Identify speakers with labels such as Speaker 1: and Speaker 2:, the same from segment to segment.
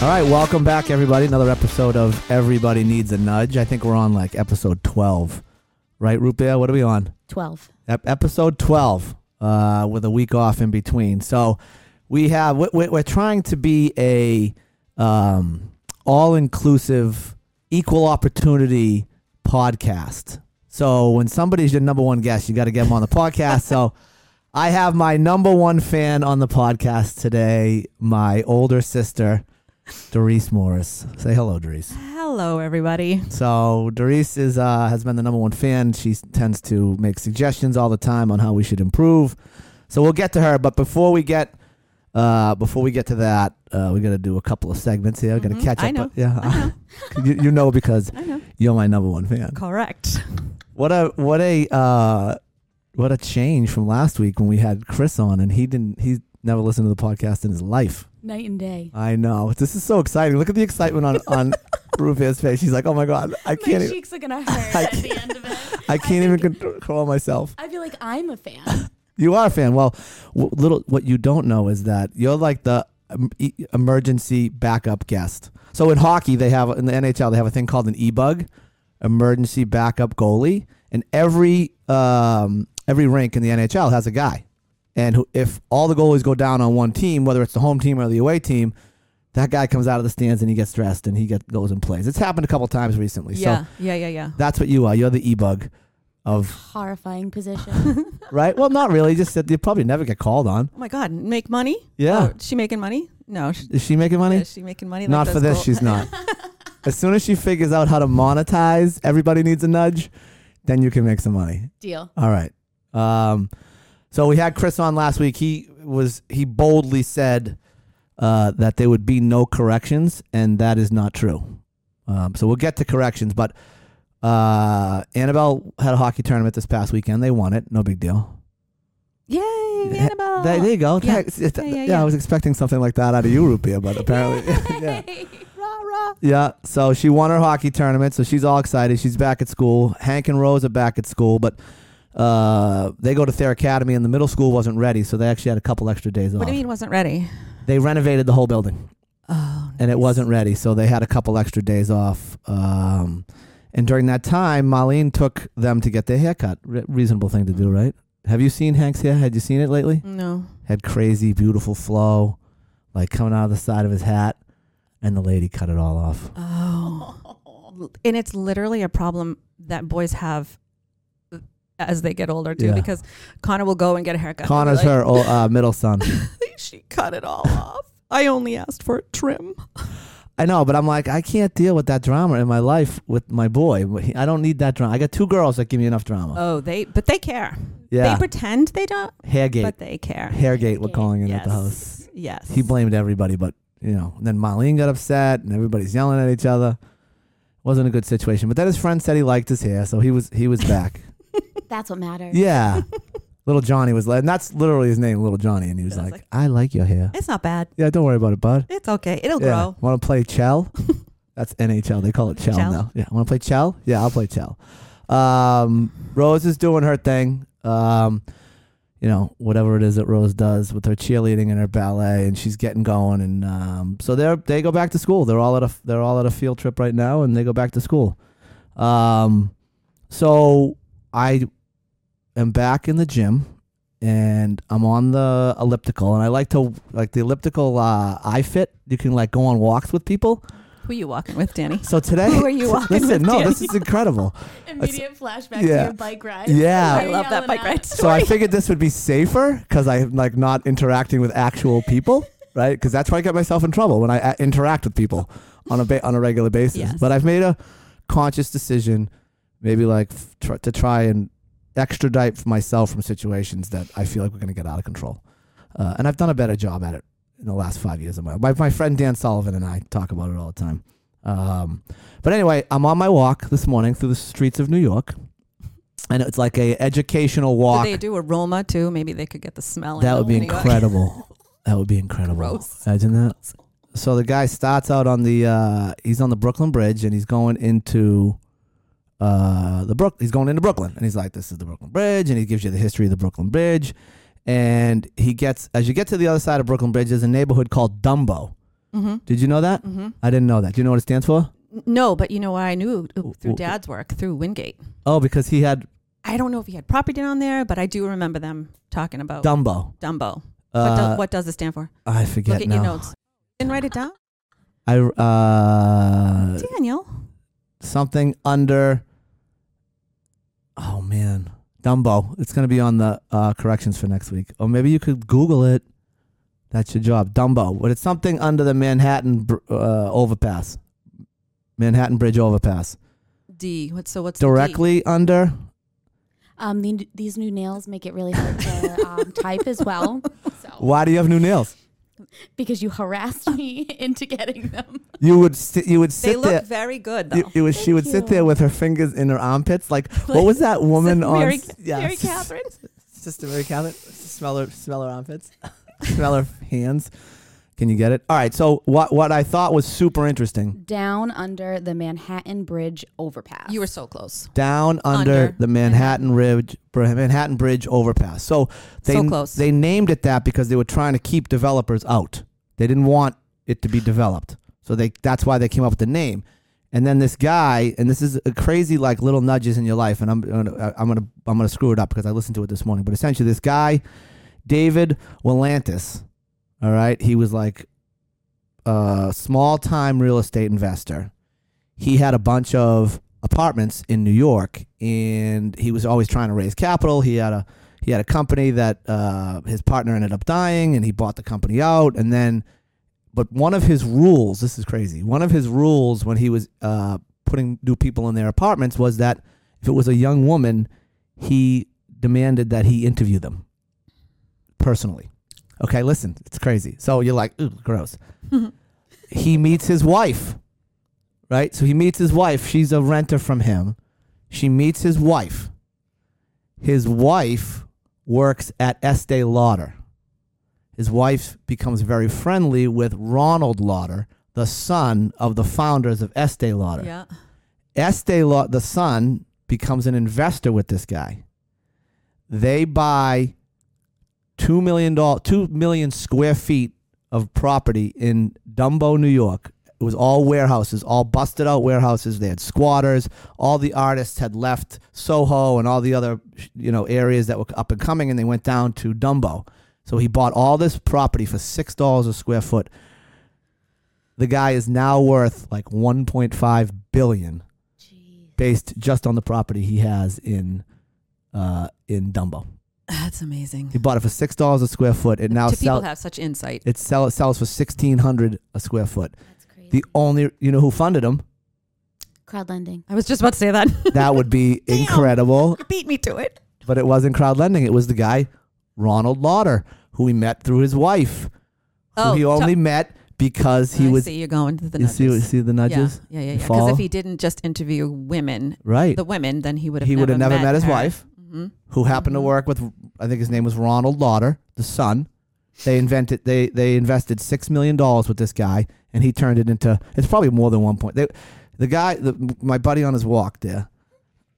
Speaker 1: All right, welcome back, everybody. Another episode of Everybody Needs a Nudge. I think we're on like episode 12, right, Rupia? What are we on?
Speaker 2: 12.
Speaker 1: Ep- episode 12, uh, with a week off in between. So we have, we- we- we're trying to be a um, all inclusive, equal opportunity podcast. So when somebody's your number one guest, you got to get them on the podcast. So I have my number one fan on the podcast today, my older sister, Doris Morris. Say hello, Doris.
Speaker 3: Hello, everybody.
Speaker 1: So Doris is uh, has been the number one fan. She tends to make suggestions all the time on how we should improve. So we'll get to her, but before we get uh, before we get to that, uh, we got to do a couple of segments here. We're gonna
Speaker 3: Mhm.
Speaker 1: catch up.
Speaker 3: I know.
Speaker 1: Yeah, you, you know because
Speaker 3: I know.
Speaker 1: you're my number one fan.
Speaker 3: Correct.
Speaker 1: What a what a uh, what a change from last week when we had Chris on and he didn't he never listened to the podcast in his life.
Speaker 2: Night and day.
Speaker 1: I know this is so exciting. Look at the excitement on on Rufia's face. She's like, oh my god, I
Speaker 2: My
Speaker 1: can't even.
Speaker 2: cheeks are going to hurt
Speaker 1: I
Speaker 2: at the end of it.
Speaker 1: I can't even
Speaker 2: think-
Speaker 1: contro- control myself.
Speaker 2: I feel like I'm a fan.
Speaker 1: You are a fan. Well, w- little what you don't know is that you're like the em- e- emergency backup guest. So in hockey, they have in the NHL they have a thing called an e-bug, emergency backup goalie, and every um, every rink in the NHL has a guy. And who, if all the goalies go down on one team, whether it's the home team or the away team, that guy comes out of the stands and he gets dressed and he get, goes and plays. It's happened a couple times recently.
Speaker 3: Yeah,
Speaker 1: So
Speaker 3: yeah, yeah, yeah.
Speaker 1: that's what you are. You're the e-bug of
Speaker 2: Horrifying position.
Speaker 1: right? Well, not really. Just that you probably never get called on.
Speaker 3: Oh my God, make money?
Speaker 1: Yeah.
Speaker 3: Oh, is she making money? No, she,
Speaker 1: Is she making money?
Speaker 3: is she making money? Like,
Speaker 1: not for
Speaker 3: that's
Speaker 1: this.
Speaker 3: cool.
Speaker 1: She's not. as soon as she figures out how to monetize, everybody needs a nudge. Then you can make some money.
Speaker 2: Deal.
Speaker 1: All right. Um, so we had Chris on last week. He was he boldly said uh, that there would be no corrections, and that is not true. Um, so we'll get to corrections, but uh, Annabelle had a hockey tournament this past weekend. They won it. No big deal.
Speaker 3: Yay,
Speaker 1: Yeah,
Speaker 3: Annabelle.
Speaker 1: There, there you go.
Speaker 3: Yeah.
Speaker 1: Thanks. It-
Speaker 3: Yeah, yeah,
Speaker 1: yeah, I
Speaker 3: yeah.
Speaker 1: was expecting something like that out of you, Rupia, but apparently, yeah.
Speaker 3: Rah, rah.
Speaker 1: yeah. So she won her hockey tournament, so she's all excited. She's back at school. Hank and Rose are back at school, but uh, they go to their academy, and the middle school wasn't ready, so they actually had a couple extra days
Speaker 3: What
Speaker 1: off.
Speaker 3: do you mean wasn't ready?
Speaker 1: They renovated the whole building,
Speaker 3: Oh,
Speaker 1: and it wasn't ready, so they had a couple extra days off. Um, and during that time, Marlene took them to get their haircut. Re- reasonable thing to do, right? Have you seen Hank's hair? Had you seen it lately?
Speaker 3: No.
Speaker 1: had crazy, beautiful flow, like coming out of the side of his hat, and the lady cut it all off.
Speaker 3: Oh. And it's literally a problem that boys have as they get older, too,
Speaker 1: Yeah.
Speaker 3: because Connor will go and get a haircut. and be
Speaker 1: Connor's
Speaker 3: like,
Speaker 1: her ol- uh, middle son.
Speaker 3: She cut it all off. I only asked for a trim.
Speaker 1: I know, but I'm like, I can't deal with that drama in my life with my boy. I don't need that drama. I got two girls that give me enough drama.
Speaker 3: Oh, they, but they care.
Speaker 1: yeah,
Speaker 3: Oh, They pretend they don't,
Speaker 1: hairgate,
Speaker 3: but they care.
Speaker 1: hairgate. We're
Speaker 2: Hairgate,
Speaker 1: calling it
Speaker 3: yes.
Speaker 1: at the house.
Speaker 3: Yes.
Speaker 1: He blamed everybody, but you know. And then Marlene got upset, and everybody's yelling at each other. Wasn't a good situation. But then his friend said he liked his hair, so he was he was back.
Speaker 2: That's what matters.
Speaker 1: Yeah. Little Johnny was like, and that's literally his name, Little Johnny. And he was
Speaker 3: And I
Speaker 1: like,
Speaker 3: was
Speaker 1: I like your hair.
Speaker 3: It's not bad.
Speaker 1: Yeah, don't worry about it, bud.
Speaker 3: It's okay. It'll
Speaker 1: Yeah.
Speaker 3: grow.
Speaker 1: Want to play Chell? that's NHL. They call it Chell,
Speaker 3: Chell.
Speaker 1: now. Yeah. Want to play Chell? Yeah, I'll play Chell. Um, Rose is doing her thing. Um, you know, whatever it is that Rose does with her cheerleading and her ballet, and she's getting going. And um, so they're they go back to school. They're all at a they're all at a field trip right now, and they go back to school. Um, so I am back in the gym and I'm on the elliptical and I like to like the elliptical uh iFit. You can like go on walks with people.
Speaker 3: Who are you walking with, Danny?
Speaker 1: So today
Speaker 3: Who are you walking
Speaker 1: Listen,
Speaker 3: with,
Speaker 1: no,
Speaker 3: Danny?
Speaker 1: this is incredible.
Speaker 2: Immediate flashback
Speaker 1: yeah.
Speaker 2: to your bike ride.
Speaker 1: Yeah.
Speaker 2: Where
Speaker 1: I
Speaker 2: you're
Speaker 3: love that
Speaker 2: yelling
Speaker 3: bike
Speaker 2: out,
Speaker 3: ride.
Speaker 1: So I figured this would be safer cuz I'm like not interacting with actual people, right? Cuz that's where I get myself in trouble when I uh, interact with people on a ba- on a regular basis.
Speaker 3: Yes.
Speaker 1: But I've made a conscious decision maybe like f- tr- to try and extradite myself from situations that I feel like we're going to get out of control. Uh, and I've done a better job at it in the last five years of my My, my friend Dan Sullivan and I talk about it all the time. Um, but anyway, I'm on my walk this morning through the streets of New York, and it's like a educational
Speaker 3: Do
Speaker 1: walk.
Speaker 3: they do aroma too? Maybe they could get the smell.
Speaker 1: That would be
Speaker 3: Anyway.
Speaker 1: incredible. that would be incredible.
Speaker 3: Gross.
Speaker 1: Imagine that. So the guy starts out on the uh, he's on the Brooklyn Bridge and he's going into uh, the Brook. He's going into Brooklyn and he's like, "This is the Brooklyn Bridge," and he gives you the history of the Brooklyn Bridge. And he gets as you get to the other side of Brooklyn Bridge, there's a neighborhood called Dumbo,
Speaker 3: Mm-hmm.
Speaker 1: Did you know that?
Speaker 3: Mm-hmm.
Speaker 1: I didn't know that. Do you know what it stands for?
Speaker 3: No, but you know why I knew
Speaker 1: W-
Speaker 3: through
Speaker 1: w-
Speaker 3: Dad's work through Wingate.
Speaker 1: Oh, because he had
Speaker 3: I don't know if he had property down there, but I do remember them talking about
Speaker 1: Dumbo.
Speaker 3: Dumbo. what, do,
Speaker 1: Uh,
Speaker 3: what does it stand for?
Speaker 1: I forget
Speaker 3: Look at
Speaker 1: now.
Speaker 3: your notes. Didn't write it down,
Speaker 1: I uh
Speaker 3: Daniel.
Speaker 1: something under. Oh man, Dumbo. It's gonna be on the uh, corrections for next week, or maybe you could Google it. That's your job, Dumbo. But it's something under the Manhattan br- uh, overpass, Manhattan Bridge overpass,
Speaker 3: D. What, so what's the D?
Speaker 1: directly under.
Speaker 2: Um, the, these new nails make it really hard to um, type as well. So
Speaker 1: Why do you have new nails?
Speaker 2: because you harassed me into getting them.
Speaker 1: You would sit. You would
Speaker 3: They
Speaker 1: sit
Speaker 3: look
Speaker 1: there.
Speaker 3: very good
Speaker 1: You,
Speaker 3: though.
Speaker 1: you would, she
Speaker 2: Thank
Speaker 1: would sit
Speaker 2: you.
Speaker 1: there with her fingers in her armpits. Like, what
Speaker 2: Like,
Speaker 1: was that woman on?
Speaker 3: Mary-
Speaker 1: s- yeah,
Speaker 2: Mary
Speaker 1: s-
Speaker 2: Catherine.
Speaker 1: Sister Mary Catherine. Smell her, smell her armpits. smell her hands. Can you get it? All right. So what what I thought was super interesting.
Speaker 2: Down under the Manhattan Bridge overpass.
Speaker 3: You were so close.
Speaker 1: Down under,
Speaker 3: Under
Speaker 1: the Manhattan Bridge, Manhattan Bridge overpass. So they
Speaker 3: So close.
Speaker 1: they named it that because they were trying to keep developers out. They didn't want it to be developed. So they that's why they came up with the name. And then this guy, and this is a crazy like little nudges in your life, and I'm gonna, I'm gonna I'm gonna screw it up because I listened to it this morning. But essentially, this guy, David Willantis, all right, he was like a small time real estate investor. He had a bunch of apartments in New York, and he was always trying to raise capital. He had a he had a company that uh, his partner ended up dying, and he bought the company out, and then but one of his rules this is crazy one of his rules when he was uh, putting new people in their apartments was that if it was a young woman he demanded that he interview them personally okay listen it's crazy so you're like ooh gross he meets his wife right so he meets his wife she's a renter from him she meets his wife his wife works at estee lauder his wife becomes very friendly with Ronald Lauder, the son of the founders of Estee Lauder.
Speaker 3: Yeah.
Speaker 1: Estee Lauder, the son, becomes an investor with this guy. They buy two million dollar, two million square feet of property in Dumbo, New York. It was all warehouses, all busted out warehouses. They had squatters. All the artists had left Soho and all the other, you know, areas that were up and coming, and they went down to Dumbo. So he bought all this property for six dollars a square foot. The guy is now worth like one point five billion
Speaker 2: Jeez.
Speaker 1: based just on the property he has in uh, in Dumbo.
Speaker 3: That's amazing.
Speaker 1: He bought it for six dollars a square foot. It now
Speaker 3: Do people
Speaker 1: sells
Speaker 3: have such insight?
Speaker 1: it sell, it sells for sixteen hundred a square foot.
Speaker 2: That's crazy.
Speaker 1: The only you know who funded him?
Speaker 2: Crowd lending.
Speaker 3: I was just about to say that.
Speaker 1: That would be
Speaker 3: Damn.
Speaker 1: incredible.
Speaker 3: you beat me to it.
Speaker 1: But it wasn't crowd lending. It was the guy Ronald Lauder who he met through his wife,
Speaker 3: Oh,
Speaker 1: who he
Speaker 3: to-
Speaker 1: only met because he
Speaker 3: I
Speaker 1: was.
Speaker 3: see you going to the
Speaker 1: you
Speaker 3: nudges.
Speaker 1: see, you see the nudges,
Speaker 3: Yeah, yeah, yeah.
Speaker 1: You
Speaker 3: Because
Speaker 1: follow?
Speaker 3: if he didn't just interview women,
Speaker 1: right?
Speaker 3: the women, then he would have
Speaker 1: he would have never met, his
Speaker 3: her.
Speaker 1: wife,
Speaker 3: Mhm.
Speaker 1: who happened
Speaker 3: Mhm.
Speaker 1: to work with. I think his name was Ronald Lauder, the son. They invented. They they invested six million dollars with this guy, and he turned it into. It's probably more than one point. They, the guy, the, my buddy on his walk there.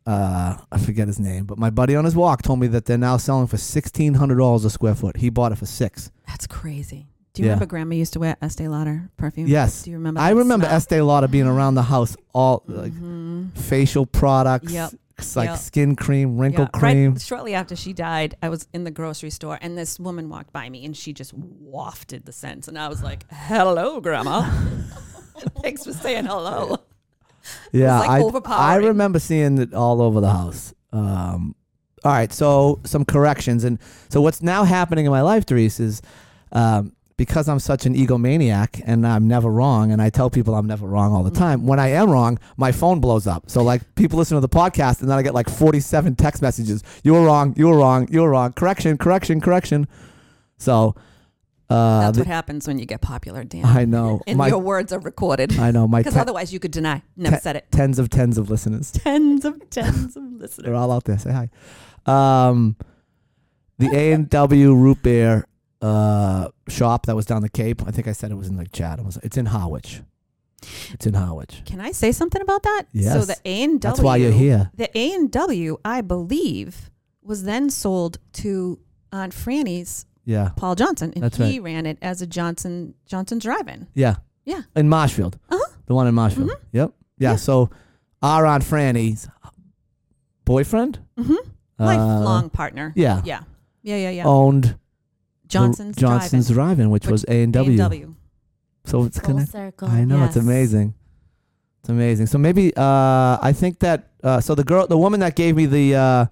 Speaker 1: Uh, I forget his name, but my buddy on his walk told me that they're now selling for sixteen hundred dollars a square foot. He bought it for six.
Speaker 3: That's crazy. Do you
Speaker 1: Yeah.
Speaker 3: remember Grandma used to wear Estee Lauder perfume?
Speaker 1: Yes.
Speaker 3: Do you remember?
Speaker 1: I
Speaker 3: that
Speaker 1: remember
Speaker 3: smell?
Speaker 1: Estee Lauder being around the house all like
Speaker 3: Mhm.
Speaker 1: facial products,
Speaker 3: Yep.
Speaker 1: s- like
Speaker 3: Yep.
Speaker 1: skin cream, wrinkle
Speaker 3: Yeah.
Speaker 1: cream.
Speaker 3: Right, shortly after she died, I was in the grocery store and this woman walked by me and she just wafted the scents. And I was like, hello, Grandma. Thanks for saying hello.
Speaker 1: Yeah,
Speaker 3: like
Speaker 1: I I
Speaker 3: overpowering.
Speaker 1: remember seeing it all over the house. Um, all right, so some corrections, and so what's now happening in my life, Therese, is um, because I'm such an egomaniac and I'm never wrong, and I tell people I'm never wrong
Speaker 3: Mm-hmm.
Speaker 1: all the time. When I am wrong, my phone blows up. So like people listen to the podcast, and then I get like 47 text messages. You were wrong. You were wrong. You were wrong. Correction. Correction. Correction. So uh,
Speaker 3: That's
Speaker 1: the-
Speaker 3: what happens when you get popular, Dan.
Speaker 1: I know
Speaker 3: and
Speaker 1: my
Speaker 3: your words are recorded.
Speaker 1: I know my
Speaker 3: Because
Speaker 1: te-
Speaker 3: otherwise, you could deny. Never said it.
Speaker 1: tens of tens of listeners.
Speaker 3: Tens of tens of
Speaker 1: They're
Speaker 3: listeners.
Speaker 1: all out there. Say hi. Um, the A and W root beer uh, shop that was down the Cape. I think I said it was in like Chatham. It's in Harwich. It's in Harwich.
Speaker 3: Can I say something about that? So
Speaker 1: Yes.
Speaker 3: the A and W.
Speaker 1: That's why you're here.
Speaker 3: The A and W, I believe, was then sold to Aunt Franny's
Speaker 1: Yeah.
Speaker 3: Paul Johnson, and
Speaker 1: That's
Speaker 3: he ran it as a Johnson Johnson Drive-In.
Speaker 1: Yeah.
Speaker 3: Yeah.
Speaker 1: In Marshfield.
Speaker 3: Uh-huh. Mm-hmm.
Speaker 1: The one in Marshfield. Yep. Yeah,
Speaker 3: Yeah.
Speaker 1: So our Aunt Franny's boyfriend
Speaker 3: Mm-hmm.
Speaker 1: uh,
Speaker 3: Lifelong partner.
Speaker 1: yeah.
Speaker 3: yeah, yeah, yeah, yeah.
Speaker 1: owned the
Speaker 3: Johnson's
Speaker 1: Johnson's Drive-In, which,
Speaker 3: Which
Speaker 1: was A and W.
Speaker 3: W.
Speaker 1: So Oh, it's
Speaker 2: Full
Speaker 1: connected.
Speaker 2: circle.
Speaker 1: I know it's
Speaker 3: yes.
Speaker 1: amazing. It's amazing. So maybe uh, I think that uh, so the girl, the woman that gave me the uh,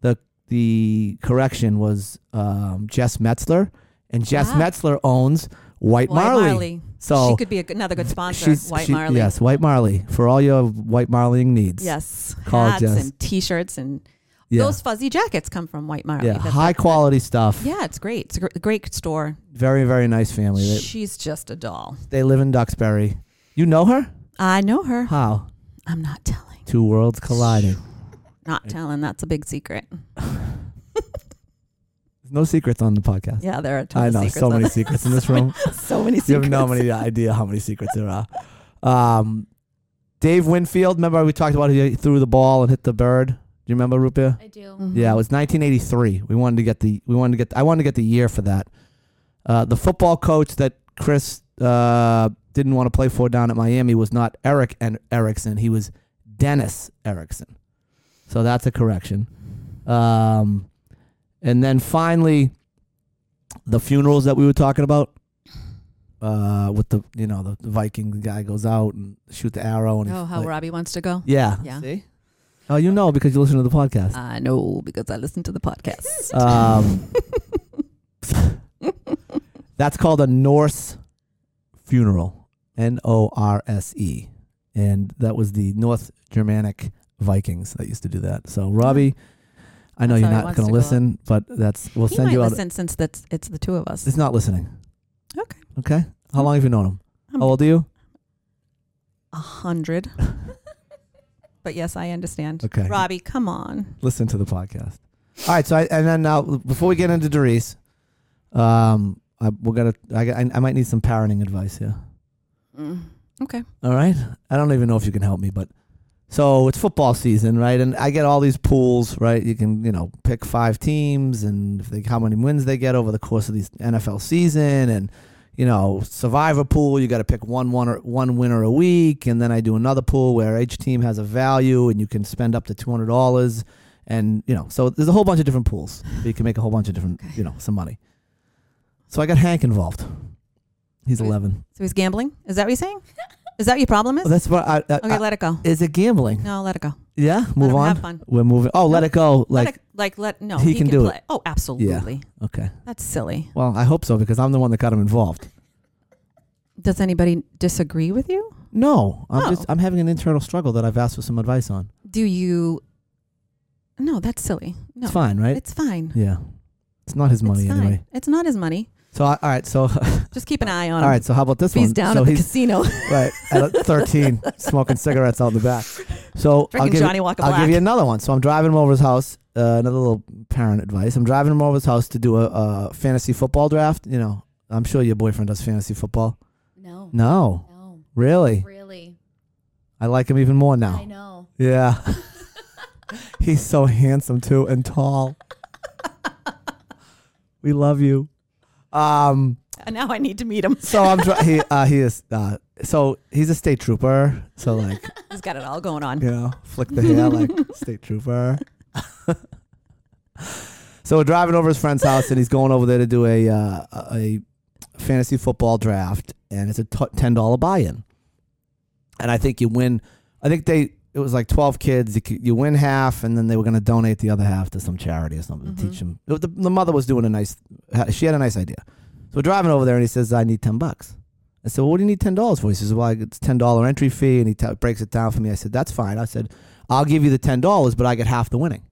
Speaker 1: the the correction was um, Jess Metzler, and Jess
Speaker 3: Ah.
Speaker 1: Metzler owns White,
Speaker 3: White
Speaker 1: Marley.
Speaker 3: Marley.
Speaker 1: So
Speaker 3: she could be a, good- another good sponsor.
Speaker 1: She's-
Speaker 3: White
Speaker 1: she-
Speaker 3: Marley.
Speaker 1: Yes, White Marley for all your White Marleying needs.
Speaker 3: Yes.
Speaker 1: Call
Speaker 3: Hats
Speaker 1: Jess.
Speaker 3: and T-shirts and
Speaker 1: Yeah.
Speaker 3: those fuzzy jackets come from White Marley.
Speaker 1: yeah.
Speaker 3: That's-
Speaker 1: High quality stuff.
Speaker 3: Yeah, it's great. It's a gr- great store.
Speaker 1: Very very nice family. They,
Speaker 3: She's just a doll.
Speaker 1: they live in Duxbury. You know her?
Speaker 3: I know her.
Speaker 1: How?
Speaker 3: I'm not telling.
Speaker 1: Two worlds colliding.
Speaker 3: Not telling. That's a big secret.
Speaker 1: There's no secrets on the podcast.
Speaker 3: Yeah, there are a ton
Speaker 1: I
Speaker 3: of
Speaker 1: know
Speaker 3: secrets
Speaker 1: so
Speaker 3: on
Speaker 1: many
Speaker 3: this.
Speaker 1: secrets in this room.
Speaker 3: so many secrets.
Speaker 1: You have no many idea how many secrets there are. Um, Dave Winfield, remember we talked about he threw the ball and hit the bird. Do you remember Rupia?
Speaker 2: I do.
Speaker 3: Mhm.
Speaker 1: Yeah, it was 1983. We wanted to get the we wanted to get I wanted to get the year for that. Uh, the football coach that Chris uh, didn't want to play for down at Miami was not Eric and Erickson. He was Dennis Erickson. So that's a correction. Um, and then finally, the funerals that we were talking about. Uh, with the you know the, the Viking guy goes out and shoot the arrow and he-
Speaker 3: Oh, how
Speaker 1: like-
Speaker 3: Robbie wants to go.
Speaker 1: yeah
Speaker 3: Yeah.
Speaker 1: see oh you know because you listen to the podcast
Speaker 3: I know because I listen to the podcast.
Speaker 1: Um,
Speaker 3: Uh.
Speaker 1: that's called a Norse funeral, N O R S E, and that was the North Germanic Vikings that used to do that. So Robbie, I know
Speaker 3: Hmm. That's
Speaker 1: you're
Speaker 3: how he
Speaker 1: not
Speaker 3: wants
Speaker 1: going to
Speaker 3: to go
Speaker 1: listen, but that's we'll
Speaker 3: he
Speaker 1: send
Speaker 3: might
Speaker 1: you out.
Speaker 3: listen since that's it's the two of us.
Speaker 1: It's not listening.
Speaker 3: Okay.
Speaker 1: Okay. How long have you known him?
Speaker 3: I'm-
Speaker 1: How old are you?
Speaker 3: A hundred. but yes, I understand.
Speaker 1: Okay.
Speaker 3: Robbie, come on.
Speaker 1: Listen to the podcast. All right. So I, and then now before we get into Doris, um, I, we're gonna I, I I might need some parenting advice here.
Speaker 3: Okay.
Speaker 1: All right. I don't even know if you can help me, but so it's football season, right? And I get all these pools, right? You can, you know, pick five teams and if they, how many wins they get over the course of these NFL season and you know, survivor pool, you got to pick one one or one winner a week and then I do another pool where each team has a value and you can spend up to $200 and you know, so there's a whole bunch of different pools. where You can make a whole bunch of different,
Speaker 3: Okay.
Speaker 1: you know, some money. So I got Hank involved. He's
Speaker 3: Okay.
Speaker 1: 11.
Speaker 3: So he's gambling? Is that what you're saying? Is that what your problem is?
Speaker 1: Oh, that's what I, I,
Speaker 3: okay,
Speaker 1: I-
Speaker 3: let it go.
Speaker 1: is it gambling?
Speaker 3: No, let it go.
Speaker 1: Yeah,
Speaker 3: Let
Speaker 1: move
Speaker 3: him
Speaker 1: on.
Speaker 3: Have fun.
Speaker 1: We're moving. Oh, let it go. Like,
Speaker 3: Like, let it, like, let no.
Speaker 1: He can do it.
Speaker 3: play. Oh, absolutely.
Speaker 1: okay.
Speaker 3: That's silly.
Speaker 1: Well, I hope so because I'm the one that got him involved.
Speaker 3: Does anybody disagree with you?
Speaker 1: No, I'm
Speaker 3: Oh.
Speaker 1: just I'm having an internal struggle that I've asked for some advice on.
Speaker 3: Do you? No, that's silly. No,
Speaker 1: It's fine, right?
Speaker 3: It's fine.
Speaker 1: yeah, it's not his money
Speaker 3: it's
Speaker 1: anyway.
Speaker 3: fine. It's not his money.
Speaker 1: So I, all right, so
Speaker 3: Just keep an eye
Speaker 1: all
Speaker 3: on him.
Speaker 1: right, so how about this
Speaker 3: If he's
Speaker 1: one?
Speaker 3: down
Speaker 1: so
Speaker 3: at the
Speaker 1: he's
Speaker 3: casino
Speaker 1: right at 13, smoking cigarettes out the back. So I'll
Speaker 3: drinking
Speaker 1: give you-
Speaker 3: Johnny Walker
Speaker 1: I'll
Speaker 3: Black.
Speaker 1: give you another one. So I'm driving him over his house. Uh, another little parent advice. I'm driving him over his house to do a, a fantasy football draft. You know, I'm sure your boyfriend does fantasy football.
Speaker 2: No.
Speaker 1: No,
Speaker 2: No.
Speaker 1: really,
Speaker 2: Really.
Speaker 1: I like him even more now.
Speaker 2: I know.
Speaker 1: Yeah. He's so handsome too and tall. we love you. Um
Speaker 3: and now I need to meet him.
Speaker 1: so I'm dri he uh, he is uh so he's a state trooper. So like,
Speaker 3: He's got it all going on.
Speaker 1: you know, flick the hair like state trooper. so we're driving over his friend's house and he's going over there to do a uh, a a fantasy football draft and it's a t- $10 buy-in. And I think you win I think they it was like twelve kids. You, c- you win half, and then they were going to donate the other half to some charity or something to
Speaker 3: Mhm.
Speaker 1: teach them. The, the- the mother was doing a nice. ha- She had a nice idea. So we're driving over there, and he says, "I need ten bucks." I said, well, "What do you need ten dollars for?" He says, "Well, I- it's ten dollar entry fee," and he t- breaks it down for me. I said, "That's fine." I said, "I'll give you the ten dollars, but I get half the winning."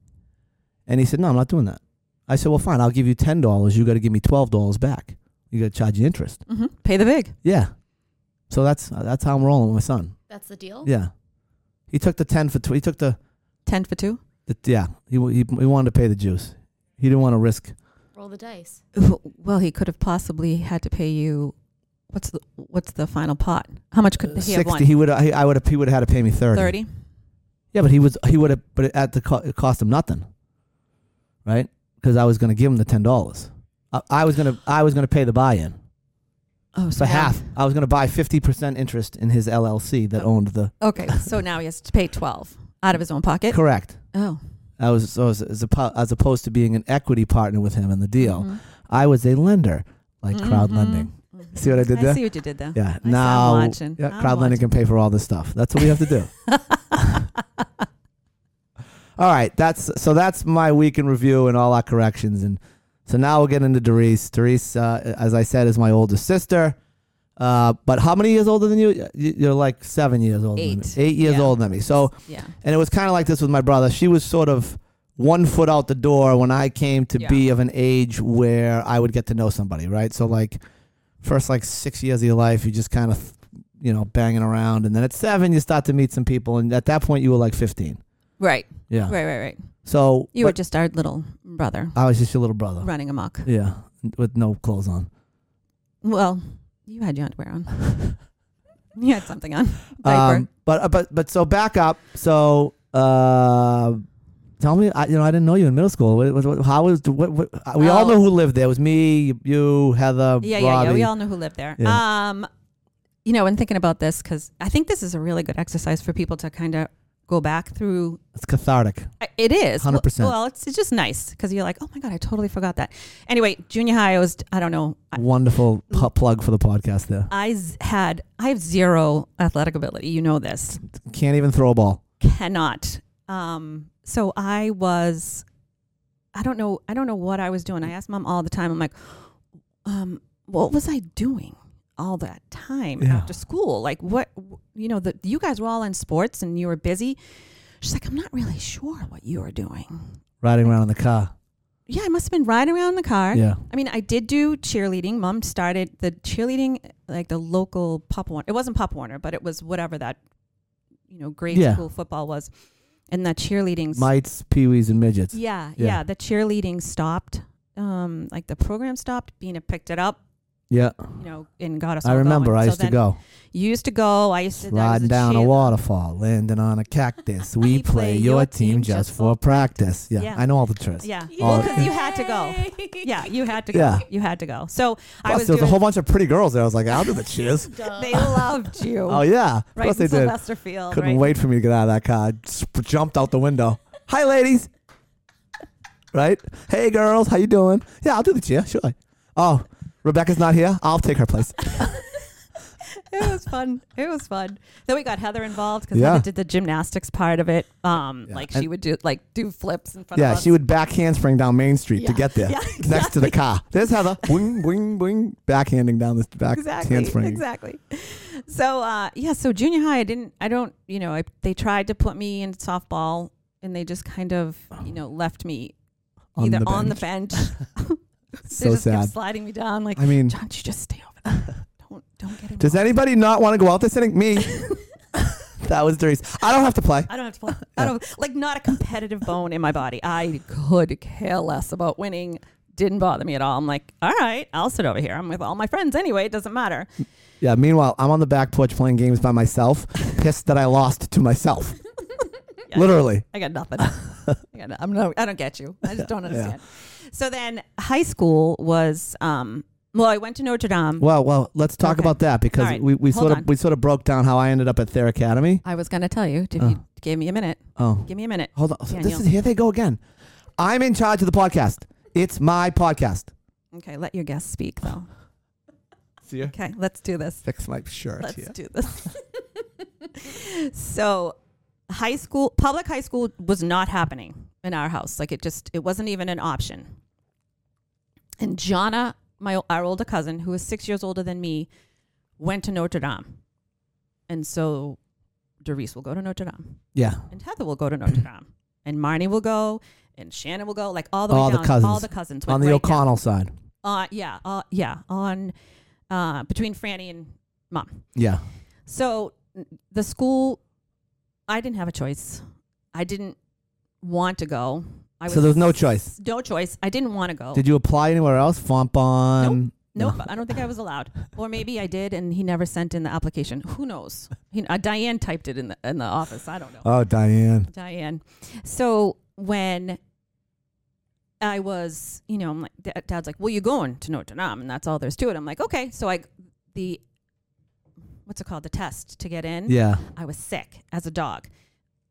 Speaker 1: And he said, "No, I'm not doing that." I said, "Well, fine. I'll give you ten dollars. You got to give me twelve dollars back. You got to charge the interest."
Speaker 3: hmm Pay the big.
Speaker 1: Yeah. So that's uh, that's how I'm rolling with my son.
Speaker 2: That's the deal?
Speaker 3: Oh.
Speaker 1: Yeah. He took the ten for tw- he took the
Speaker 3: Ten for two.
Speaker 1: the- yeah, he, wa- he he wanted to pay the juice. He didn't want to risk.
Speaker 2: Roll the dice.
Speaker 3: Well, he could have possibly had to pay you. What's the what's the final pot? How much could he have won?
Speaker 1: Sixty. He would. He, I would. have. He would have had to pay me thirty.
Speaker 3: Thirty.
Speaker 1: Yeah, but he was. He would have. But at the co- it cost him nothing, right? Because I was going to give him the ten dollars. I, I was gonna I was gonna pay the buy-in
Speaker 3: Oh, so
Speaker 1: for
Speaker 3: now-
Speaker 1: half. I was gonna buy fifty percent interest in his LLC
Speaker 3: Uh,
Speaker 1: that owned the
Speaker 3: Okay, so now he has to pay twelve out of his own pocket.
Speaker 1: correct.
Speaker 3: Oh,
Speaker 1: I was so as, as, oppo- as opposed to being an equity partner with him in the deal.
Speaker 3: Mhm.
Speaker 1: I was a lender, like crowd
Speaker 3: Mhm.
Speaker 1: lending.
Speaker 3: Mhm.
Speaker 1: See what I did there?
Speaker 3: see what you did there.
Speaker 1: Yeah.
Speaker 3: I'm
Speaker 1: now
Speaker 3: watching.
Speaker 1: Yeah,
Speaker 3: I'm
Speaker 1: crowd lending can pay for all this stuff. That's what we have to do. all right. That's so that's my week in review and all our corrections. And so now we'll get into Therese. Therese, uh, as I said, is my older sister. Uh, but how many years older than you? You- You're like seven years older than me.
Speaker 3: Eight.
Speaker 1: Eight years
Speaker 3: Yeah.
Speaker 1: older than me. So
Speaker 3: Yeah.
Speaker 1: and it was kind of like this with my brother. She was sort of one foot out the door when I came to
Speaker 3: Yeah.
Speaker 1: be of an age where I would get to know somebody, right? So like first like 6 years of your life you just kind of you know banging around and then at 7 you start to meet some people and at that point you were like 15.
Speaker 3: Right.
Speaker 1: Yeah.
Speaker 3: Right. Right. Right.
Speaker 1: So
Speaker 3: You were
Speaker 1: but
Speaker 3: just our little brother
Speaker 1: I was just your little brother.
Speaker 3: running amok.
Speaker 1: Yeah, with no clothes on.
Speaker 3: Well, you had your underwear on. you had something on. Diaper.
Speaker 1: Um, but but but so back up. So uh Tell me, I, you know, I didn't know you in middle school. What, what, what- how was what, what, we all
Speaker 3: Oh.
Speaker 1: know who lived there? It was me, you, Heather,
Speaker 3: yeah,
Speaker 1: Robbie.
Speaker 3: yeah, yeah. We all know who lived there.
Speaker 1: Yeah.
Speaker 3: Um, you know, and thinking about this because I think this is a really good exercise for people to kind of go back through.
Speaker 1: It's cathartic.
Speaker 3: I- It is
Speaker 1: 100%.
Speaker 3: Well, it's, it's just nice because you're like, oh my god, I totally forgot that. Anyway, junior high, I was I don't know. I, Mm.
Speaker 1: Wonderful pu- plug for the podcast. There
Speaker 3: I z- had I have zero athletic ability. You know this.
Speaker 1: can't even throw a ball.
Speaker 3: Cannot. Um, so I was. I don't know. I don't know what I was doing. I asked mom all the time. I'm like, um, what was I doing all that time
Speaker 1: Yeah.
Speaker 3: after school? Like, what, you know, the, you guys were all in sports and you were busy. She's like, I'm not really sure what you were doing.
Speaker 1: Riding around in the car.
Speaker 3: Yeah, I must have been riding around in the car.
Speaker 1: Yeah,
Speaker 3: I mean, I did do cheerleading. Mom started the cheerleading, like the local Pop Warner. It wasn't Pop Warner, but it was whatever that, you know, grade
Speaker 1: Yeah.
Speaker 3: school football was. And the cheerleading.
Speaker 1: mites, peewees, and midgets.
Speaker 3: yeah,
Speaker 1: Yeah.
Speaker 3: yeah, The cheerleading stopped. Um, like the program stopped. Bina picked it up,
Speaker 1: Yeah,
Speaker 3: you know, and got us.
Speaker 1: I
Speaker 3: all
Speaker 1: remember.
Speaker 3: Going.
Speaker 1: I
Speaker 3: So
Speaker 1: used to
Speaker 3: then
Speaker 1: go
Speaker 3: You used to go. I used to I was
Speaker 1: riding down a
Speaker 3: cheer-
Speaker 1: waterfall, landing on a cactus. We play your team just for practice. Yeah,
Speaker 3: Yeah.
Speaker 1: I know all the tricks.
Speaker 3: Yeah,
Speaker 1: All
Speaker 3: because
Speaker 1: the-
Speaker 3: you had to go. Yeah, you had to go.
Speaker 1: Yeah.
Speaker 3: You had to go. So I
Speaker 1: Plus,
Speaker 3: was
Speaker 1: there was a
Speaker 3: doing.
Speaker 1: whole bunch of pretty girls there. I was like, I'll do the cheers.
Speaker 3: they loved you.
Speaker 1: oh yeah,
Speaker 3: right
Speaker 1: plus they
Speaker 3: in
Speaker 1: did.
Speaker 3: Sylvester Field.
Speaker 1: Couldn't
Speaker 3: right?
Speaker 1: wait for me to get out of that car. I sp- jumped out the window. Hi, ladies. Right? Hey, girls. How you doing? Yeah, I'll do the cheer. Sure. Oh, Rebecca's not here. I'll take her place.
Speaker 3: it was fun. It was fun. Then we got Heather involved because
Speaker 1: Yeah.
Speaker 3: Heather did the gymnastics part of it. Um,
Speaker 1: Yeah.
Speaker 3: like
Speaker 1: And-
Speaker 3: she would do like do flips in front
Speaker 1: yeah,
Speaker 3: of us.
Speaker 1: she would back handspring down Main Street to
Speaker 2: Yeah.
Speaker 1: get there,
Speaker 3: Yeah,
Speaker 1: next to the car. There's Heather. Wing, wing, wing. Backhanding down this back
Speaker 3: exactly
Speaker 1: handspring.
Speaker 3: exactly. So uh, yeah, so junior high, I didn't, I don't, you know, I, they tried to put me in softball and they just kind of, you know, left me
Speaker 1: On
Speaker 3: either
Speaker 1: the
Speaker 3: on the
Speaker 1: bench.
Speaker 3: bench.
Speaker 1: So
Speaker 3: they just
Speaker 1: sad.
Speaker 3: kept sliding me down like,
Speaker 1: I mean,
Speaker 3: John, you just stay over there. Don't don't get
Speaker 1: does
Speaker 3: involved.
Speaker 1: anybody not want to go out there sitting? Me. that was Therese. I don't have to play.
Speaker 3: I don't have to play. I don't like not a competitive bone in my body. I could care less about winning. Didn't bother me at all. I'm like, all right, I'll sit over here. I'm with all my friends anyway. It doesn't matter.
Speaker 1: Yeah, meanwhile, I'm on the back porch playing games by myself, pissed that I lost to myself.
Speaker 3: Yeah.
Speaker 1: Literally.
Speaker 3: I got nothing. I got no, I'm no, I don't get you. I just don't understand. So then, high school was. um Well, I went to Notre Dame.
Speaker 1: Well, well, let's talk
Speaker 3: Okay.
Speaker 1: about that because
Speaker 3: All right.
Speaker 1: we, we
Speaker 3: Hold
Speaker 1: sort of
Speaker 3: on.
Speaker 1: we sort of broke down how I ended up at Thayer Academy.
Speaker 3: I was gonna tell you. If
Speaker 1: Uh.
Speaker 3: you gave me a minute,
Speaker 1: Oh,
Speaker 3: give me a minute.
Speaker 1: hold on. So this
Speaker 3: Daniel.
Speaker 1: is here they go again. I'm in charge of the podcast. It's my podcast.
Speaker 3: Okay, let your guest speak though.
Speaker 1: See you.
Speaker 3: Okay, let's do this.
Speaker 1: Fix my shirt
Speaker 3: Let's
Speaker 1: here.
Speaker 3: do this. so, high school, public high school was not happening in our house. Like it just, it wasn't even an option. And Jonna, my our older cousin, who was six years older than me, went to Notre Dame, and so Doris will go to Notre Dame,
Speaker 1: Yeah.
Speaker 3: and Heather will go to Notre Dame, and Marnie will go, and Shannon will go. Like all the
Speaker 1: All
Speaker 3: way
Speaker 1: the
Speaker 3: down, all
Speaker 1: cousins.
Speaker 3: the cousins went
Speaker 1: On the
Speaker 3: right down.
Speaker 1: O'Connell side.
Speaker 3: Uh, yeah, uh, yeah, on uh, between Franny and mom.
Speaker 1: Yeah.
Speaker 3: So n- the school, I didn't have a choice. I didn't want to go. I
Speaker 1: So there was no choice.
Speaker 3: No choice. I didn't want to go.
Speaker 1: Did you apply anywhere else? Fompon.
Speaker 3: nope. I don't think I was allowed. Or maybe I did, and he never sent in the application. Who knows? He, uh, Diane typed it in the in the
Speaker 1: Uh.
Speaker 3: office. I don't know.
Speaker 1: Oh, Diane.
Speaker 3: Diane. So when I was, you know, I'm like, Dad- Dad's like, well, you're going to Notre Dame, and that's all there's to it. I'm like, okay. So I, the, what's it called? The test to get in.
Speaker 1: Yeah.
Speaker 3: I was sick as a dog,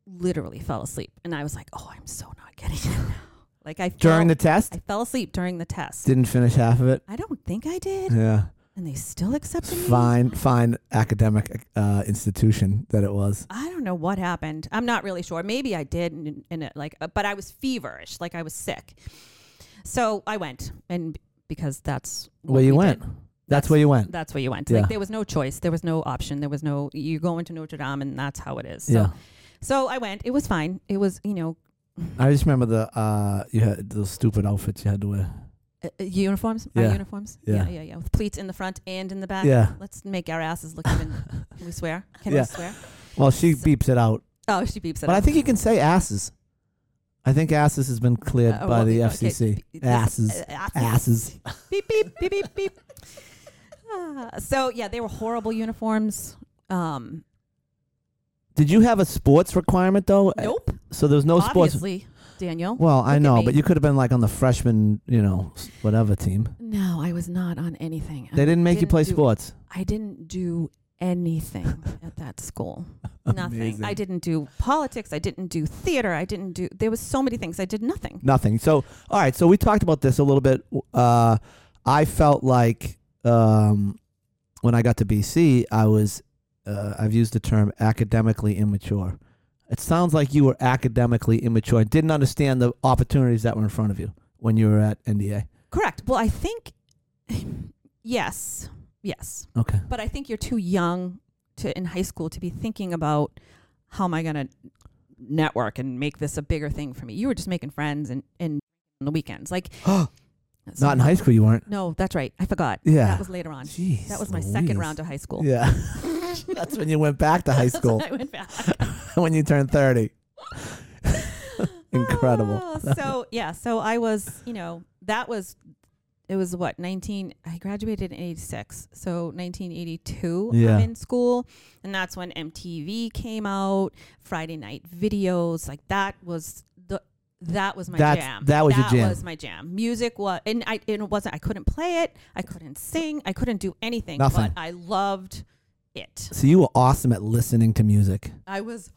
Speaker 3: literally fell asleep. And I was like, oh, I'm so not getting it now. Like I
Speaker 1: During
Speaker 3: fell,
Speaker 1: the test,
Speaker 3: I fell asleep during the test.
Speaker 1: didn't finish half of it.
Speaker 3: I don't think I did.
Speaker 1: Yeah.
Speaker 3: And they still accepted me.
Speaker 1: Fine, fine academic uh, institution that it was.
Speaker 3: I don't know what happened. I'm not really sure. Maybe I did, and, and it, like, but I was feverish, like I was sick. So I went, and because that's what
Speaker 1: Where you
Speaker 3: we
Speaker 1: went.
Speaker 3: did.
Speaker 1: That's, where you went.
Speaker 3: That's where you went.
Speaker 1: Yeah.
Speaker 3: Like there was no choice. There was no option. There was no. You're going to Notre Dame, and that's how it is. So,
Speaker 1: yeah.
Speaker 3: so I went. It was fine. It was, you know,
Speaker 1: I just remember the uh, you had those stupid outfits you had to wear.
Speaker 3: uh, uh, uniforms. Our
Speaker 1: Yeah.
Speaker 3: uniforms.
Speaker 1: Yeah.
Speaker 3: yeah, yeah, yeah. With pleats in the front and in the back.
Speaker 1: Yeah.
Speaker 3: Let's make our asses look even. we swear. Can
Speaker 1: Yeah.
Speaker 3: we swear?
Speaker 1: Well, she
Speaker 3: So-
Speaker 1: beeps it out,
Speaker 3: Oh, she beeps it.
Speaker 1: but I
Speaker 3: out.
Speaker 1: think you can say asses. I think asses has been cleared
Speaker 3: Uh,
Speaker 1: by
Speaker 3: well,
Speaker 1: the
Speaker 3: okay,
Speaker 1: FCC.
Speaker 3: b- this-
Speaker 1: asses,
Speaker 3: uh, asses.
Speaker 1: asses.
Speaker 3: beep beep beep beep beep. Ah, so yeah, they were horrible uniforms. Um,
Speaker 1: Did you have a sports requirement though? Uh,
Speaker 3: nope.
Speaker 1: So there was no sports.
Speaker 3: obviously, Daniel.
Speaker 1: Well, I
Speaker 3: at
Speaker 1: know,
Speaker 3: me.
Speaker 1: but you could have been like on the freshman, you know, s- whatever team.
Speaker 3: No, I was not on anything.
Speaker 1: They didn't make you
Speaker 3: didn't
Speaker 1: play
Speaker 3: do-
Speaker 1: sports.
Speaker 3: I didn't do anything at that school. Nothing.
Speaker 1: Amazing.
Speaker 3: I didn't do politics. I didn't do theater. I didn't do. There was so many things. I did nothing.
Speaker 1: Nothing. So, all right. So we talked about this a little bit. Uh, I felt like um, when I got to BC, I was uh, I've used the term academically immature. It sounds like you were academically immature. and Didn't understand the opportunities that were in front of you when you were at NDA.
Speaker 3: Correct. Well, I think yes, yes.
Speaker 1: Okay.
Speaker 3: But I think you're too young to in high school to be thinking about how am I going to network and make this a bigger thing for me. You were just making friends and and on the weekends, like
Speaker 1: Not in high school, you weren't.
Speaker 3: No, that's right. I forgot.
Speaker 1: Yeah.
Speaker 3: that was later on.
Speaker 1: Jeez.
Speaker 3: that was my second
Speaker 1: Louise.
Speaker 3: round of high school.
Speaker 1: Yeah. That's when you went back to high
Speaker 3: That's when
Speaker 1: school
Speaker 3: I went back.
Speaker 1: when you turned thirty. Incredible.
Speaker 3: Oh, so yeah, so I was, you know, that was it was what, nineteen I graduated in eighty six. So nineteen eighty two
Speaker 1: Yeah.
Speaker 3: I'm in school. And that's when MTV came out, Friday night videos, like that was the that was my
Speaker 1: That's-
Speaker 3: jam.
Speaker 1: that was your jam.
Speaker 3: was my jam. Music was, and I and it wasn't. I couldn't play it. I couldn't sing. I couldn't do anything.
Speaker 1: Nothing.
Speaker 3: But I loved it.
Speaker 1: So you were awesome at listening to music.
Speaker 3: I was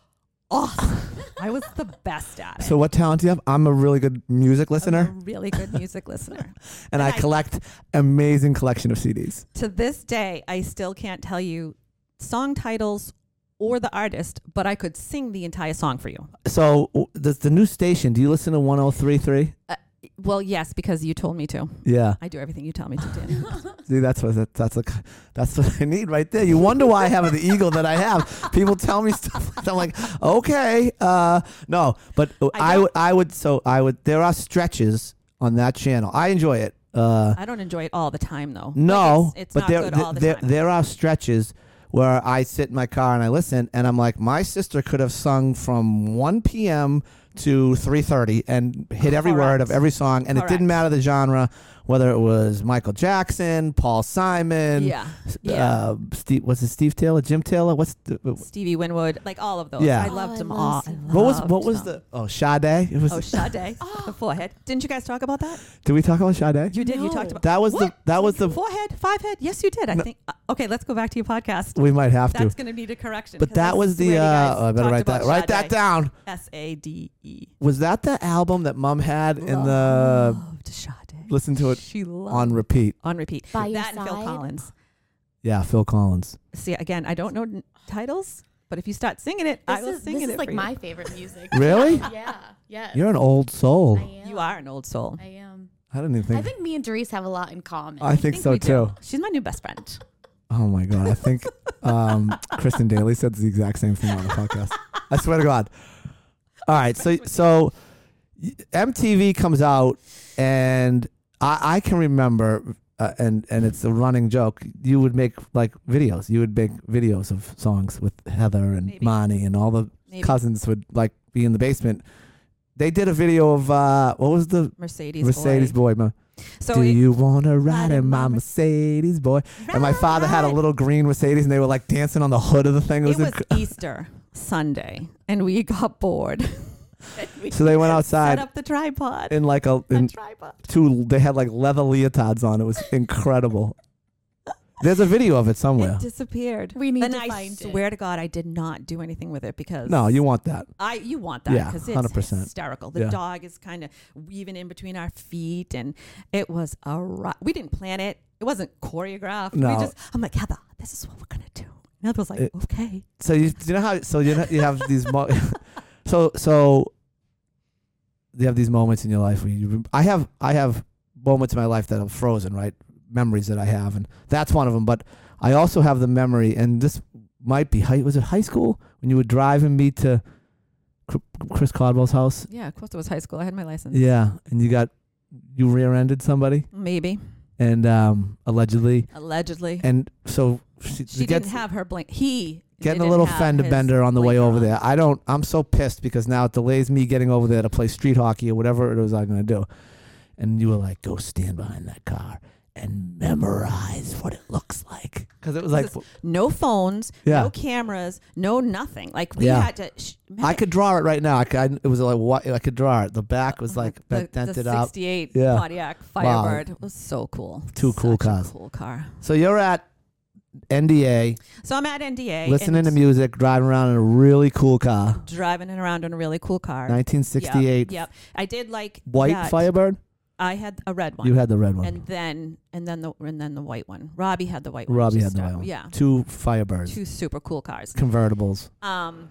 Speaker 3: awesome. I was the best at it.
Speaker 1: So what talent do you have? I'm a really good music
Speaker 3: I'm a
Speaker 1: listener,
Speaker 3: really good music listener.
Speaker 1: and I
Speaker 3: I-
Speaker 1: collect amazing collection of CDs.
Speaker 3: To this day, I still can't tell you song titles or the artist, but I could sing the entire song for you.
Speaker 1: So w- does the new station? Do you listen to 103.3?
Speaker 3: Uh, Well, yes, because you told me to.
Speaker 1: Yeah.
Speaker 3: I do everything you tell me to do.
Speaker 1: See, that's what that, that's what that's what I need right there. You wonder why I have the ego that I have. People tell me stuff. I'm like, okay, uh, no, but uh, I,
Speaker 3: I
Speaker 1: would I would so I would. There are stretches on that channel. I enjoy it. Uh,
Speaker 3: I don't enjoy it all the time, though. Like,
Speaker 1: no,
Speaker 3: it's, it's
Speaker 1: but
Speaker 3: not
Speaker 1: there
Speaker 3: good
Speaker 1: there,
Speaker 3: all the
Speaker 1: there,
Speaker 3: time.
Speaker 1: there are stretches where I sit in my car and I listen, and I'm like, my sister could have sung from 1 p.m. to 3:30 and hit every word of
Speaker 3: Correct.
Speaker 1: every song, and it
Speaker 3: Correct.
Speaker 1: didn't matter the genre, whether it was Michael Jackson, Paul Simon,
Speaker 3: yeah,
Speaker 1: s-
Speaker 3: yeah.
Speaker 1: uh, Steve, was it Steve Taylor, Jim Taylor? What's the, what
Speaker 3: Stevie Winwood, like all of those.
Speaker 1: Yeah.
Speaker 3: I
Speaker 2: Oh,
Speaker 3: loved
Speaker 2: I
Speaker 3: them
Speaker 2: love
Speaker 3: all. I
Speaker 2: Stevie.
Speaker 1: what was
Speaker 3: loved
Speaker 1: what was
Speaker 3: them.
Speaker 1: the oh Sade? It was.
Speaker 3: Oh, Sade,
Speaker 2: Ah.
Speaker 3: the forehead. Didn't you guys talk about that?
Speaker 1: did we talk about Sade?
Speaker 3: You did. You talked
Speaker 2: No.
Speaker 3: about
Speaker 1: That was the
Speaker 3: What?
Speaker 1: that was the
Speaker 3: forehead, five head. Yes, you did. I
Speaker 1: No.
Speaker 3: think. uh, okay, let's go back to your podcast.
Speaker 1: we might have to.
Speaker 3: That's going to need a correction.
Speaker 1: But
Speaker 3: 'cause
Speaker 1: that
Speaker 3: I
Speaker 1: was the
Speaker 3: swear to
Speaker 1: uh,
Speaker 3: guys,
Speaker 1: oh, I better
Speaker 3: talked
Speaker 1: write that
Speaker 3: about
Speaker 1: write that
Speaker 3: Sade.
Speaker 1: down.
Speaker 3: S A D E.
Speaker 1: Was that the album that Mum had in the
Speaker 3: Loved Sade.
Speaker 1: listen to it
Speaker 3: She loved
Speaker 1: on repeat?
Speaker 3: on repeat.
Speaker 2: By your
Speaker 3: that and Phil
Speaker 2: side?
Speaker 3: Collins.
Speaker 1: Yeah, Phil Collins.
Speaker 3: See again, I don't know n- titles, but if you start singing it, I
Speaker 2: This
Speaker 3: will
Speaker 2: is-
Speaker 3: sing
Speaker 2: this
Speaker 3: it.
Speaker 2: is
Speaker 3: for
Speaker 2: like
Speaker 3: you.
Speaker 2: my favorite music.
Speaker 1: Really?
Speaker 2: yeah. Yes.
Speaker 1: You're an old
Speaker 2: I
Speaker 1: soul.
Speaker 2: am.
Speaker 3: You are an old soul.
Speaker 2: I am.
Speaker 1: I didn't even think.
Speaker 2: I think me and Doris have a lot in common.
Speaker 1: I think so
Speaker 3: we do.
Speaker 1: too.
Speaker 3: She's my new best friend.
Speaker 1: Oh my god! I think um, Kristen Daly said the exact same thing on the podcast. I swear to God. All right, so so y- MTV comes out, and I, I can remember, uh, and and it's a running joke. You would make like videos. You would make videos of songs with Heather and
Speaker 3: Maybe.
Speaker 1: Monty, and all the
Speaker 3: Maybe
Speaker 1: cousins would like be in the basement. They did a video of uh, what was the
Speaker 3: Mercedes.
Speaker 1: Mercedes
Speaker 3: Boy.
Speaker 1: boy? ma-
Speaker 3: So
Speaker 1: Do
Speaker 3: it-
Speaker 1: you wanna ride
Speaker 3: Ride
Speaker 1: in
Speaker 3: in
Speaker 1: my
Speaker 3: my Mer-
Speaker 1: Mercedes boy? And my father had a
Speaker 3: Right.
Speaker 1: little green Mercedes, and they were like dancing on the hood of the thing. It was,
Speaker 3: It was
Speaker 1: inc-
Speaker 3: Easter Sunday, and we got bored.
Speaker 1: So they went
Speaker 3: Set
Speaker 1: outside
Speaker 3: up the tripod.
Speaker 1: in like a in
Speaker 3: a tripod.
Speaker 1: two. They had like leather leotards on. It was incredible. There's a video of it somewhere.
Speaker 3: It disappeared.
Speaker 2: We need
Speaker 3: and
Speaker 2: to
Speaker 3: I
Speaker 2: find it.
Speaker 3: swear to God, I did not do anything with it because
Speaker 1: No, you want that.
Speaker 3: I you want that
Speaker 1: Yeah,
Speaker 3: because it's
Speaker 1: 100%.
Speaker 3: hysterical. The
Speaker 1: Yeah.
Speaker 3: dog is kind of weaving in between our feet, and it was a ro- we didn't plan it. It wasn't choreographed.
Speaker 1: No.
Speaker 3: We just I'm like Heather, this is what we're gonna do. And Heather was like,
Speaker 1: It-
Speaker 3: okay,
Speaker 1: So you, you know how so you know, you have these mo- so so you have these moments in your life where you I have I have moments in my life that are frozen right memories that I have and that's one of them but I also have the memory and this might be high was it high school when you were driving me to Cr- Chris Codwell's house
Speaker 3: yeah. Of course, it was high school. I had my license.
Speaker 1: yeah and you got you rear-ended somebody
Speaker 3: Maybe
Speaker 1: and um allegedly
Speaker 3: allegedly,
Speaker 1: and so she,
Speaker 3: she
Speaker 1: gets,
Speaker 3: didn't have her blank. He
Speaker 1: getting a
Speaker 3: didn't
Speaker 1: little
Speaker 3: have
Speaker 1: fender
Speaker 3: his
Speaker 1: bender on the way
Speaker 3: blinker
Speaker 1: over
Speaker 3: on.
Speaker 1: there. I don't. I'm so pissed because now it delays me getting over there to play street hockey or whatever it was I'm gonna do. And you were like, "Go stand behind that car and memorize what it looks like," because it was like,
Speaker 3: No phones,
Speaker 1: Yeah.
Speaker 3: no cameras, no nothing. Like we
Speaker 1: Yeah.
Speaker 3: had to. Sh-
Speaker 1: I could draw it right now. I, could, I it was like, what I could draw it. The back was like
Speaker 3: Mm-hmm. Uh-huh. the,
Speaker 1: bent-
Speaker 3: the
Speaker 1: dented up.
Speaker 3: 68
Speaker 1: Yeah.
Speaker 3: Pontiac Firebird It was so cool.
Speaker 1: Two cool
Speaker 3: Such a
Speaker 1: cars.
Speaker 3: cool car.
Speaker 1: So you're at NDA,
Speaker 3: So I'm at NDA,
Speaker 1: listening
Speaker 3: and
Speaker 1: to music, driving around in a really cool car,
Speaker 3: driving it around in a really cool car.
Speaker 1: 1968
Speaker 3: Yep, yep. I did like
Speaker 1: white
Speaker 3: that.
Speaker 1: Firebird.
Speaker 3: I had a red one.
Speaker 1: You had the red one.
Speaker 3: and then and then the and then the white one. Robbie had the white one.
Speaker 1: Robbie
Speaker 3: which
Speaker 1: had
Speaker 3: is
Speaker 1: the
Speaker 3: dope.
Speaker 1: white one.
Speaker 3: Yeah,
Speaker 1: Two Firebirds,
Speaker 3: two super cool cars.
Speaker 1: convertibles.
Speaker 3: Um,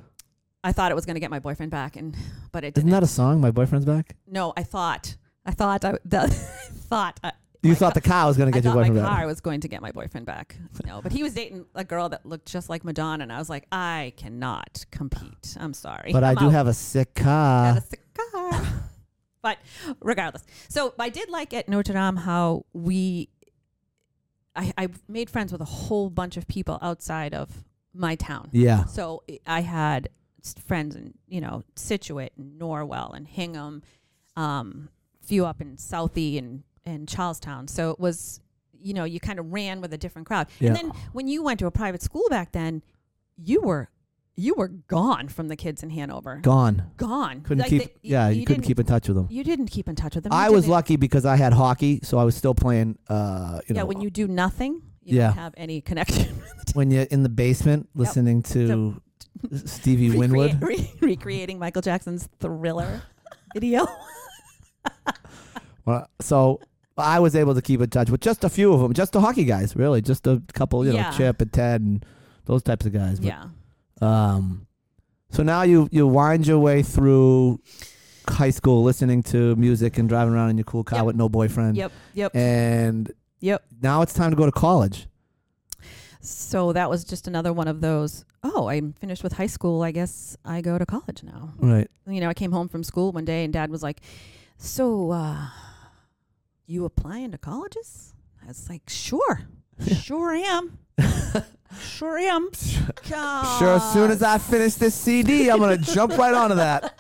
Speaker 3: I thought it was gonna get my boyfriend back, and but it
Speaker 1: Isn't
Speaker 3: didn't.
Speaker 1: that a song? My boyfriend's back.
Speaker 3: no, I thought I thought I the, thought I,
Speaker 1: You
Speaker 3: My
Speaker 1: thought
Speaker 3: co-
Speaker 1: the car was gonna
Speaker 3: I
Speaker 1: get your
Speaker 3: thought my
Speaker 1: boyfriend
Speaker 3: car
Speaker 1: back.
Speaker 3: was going to get my boyfriend back. No, but he was dating a girl that looked just like Madonna, and I was like, I cannot compete. I'm sorry,
Speaker 1: But I
Speaker 3: I'm
Speaker 1: do
Speaker 3: out.
Speaker 1: have a sick
Speaker 3: Got
Speaker 1: car.
Speaker 3: a sick car. but regardless, so I did like at Notre Dame how we, I, I made friends with a whole bunch of people outside of my town.
Speaker 1: Yeah.
Speaker 3: So I- I had s- friends in you know Situate and Norwell and Hingham, um, few up in Southie and and Charlestown. So it was you know you kind of ran with a different crowd.
Speaker 1: Yeah.
Speaker 3: And then when you went to a private school back then, you were you were gone from the kids in Hanover.
Speaker 1: Gone.
Speaker 3: Gone.
Speaker 1: Couldn't
Speaker 3: Like
Speaker 1: keep.
Speaker 3: they-
Speaker 1: yeah, you, couldn't
Speaker 3: didn't-
Speaker 1: keep in touch with them.
Speaker 3: You didn't keep in touch with them.
Speaker 1: I
Speaker 3: You
Speaker 1: was
Speaker 3: didn't-
Speaker 1: lucky because I had hockey, so I was still playing. Uh, you
Speaker 3: Yeah,
Speaker 1: know,
Speaker 3: when you do nothing, you
Speaker 1: Yeah.
Speaker 3: don't have any connection.
Speaker 1: when you're in the basement listening to Stevie
Speaker 3: Recreate-
Speaker 1: Winwood.
Speaker 3: re- recreating Michael Jackson's Thriller video.
Speaker 1: Well, So I was able to keep in touch with just a few of them, just the hockey guys, really, just a couple. You know,
Speaker 3: Yeah.
Speaker 1: Chip and Ted and those types of guys. But,
Speaker 3: yeah.
Speaker 1: Um, so now you you wind your way through high school, listening to music and driving around in your cool car
Speaker 3: Yep.
Speaker 1: with no boyfriend.
Speaker 3: Yep. Yep.
Speaker 1: And
Speaker 3: Yep.
Speaker 1: now it's time to go to college.
Speaker 3: So that was just another one of those. Oh, I'm finished with high school. I guess I go to college now.
Speaker 1: Right.
Speaker 3: You know, I came home from school one day and dad was like, So, uh, you applying to colleges? I was like, Sure. Sure am. sure am.
Speaker 1: Sure. As soon as I finish this CD, I'm gonna jump right onto that.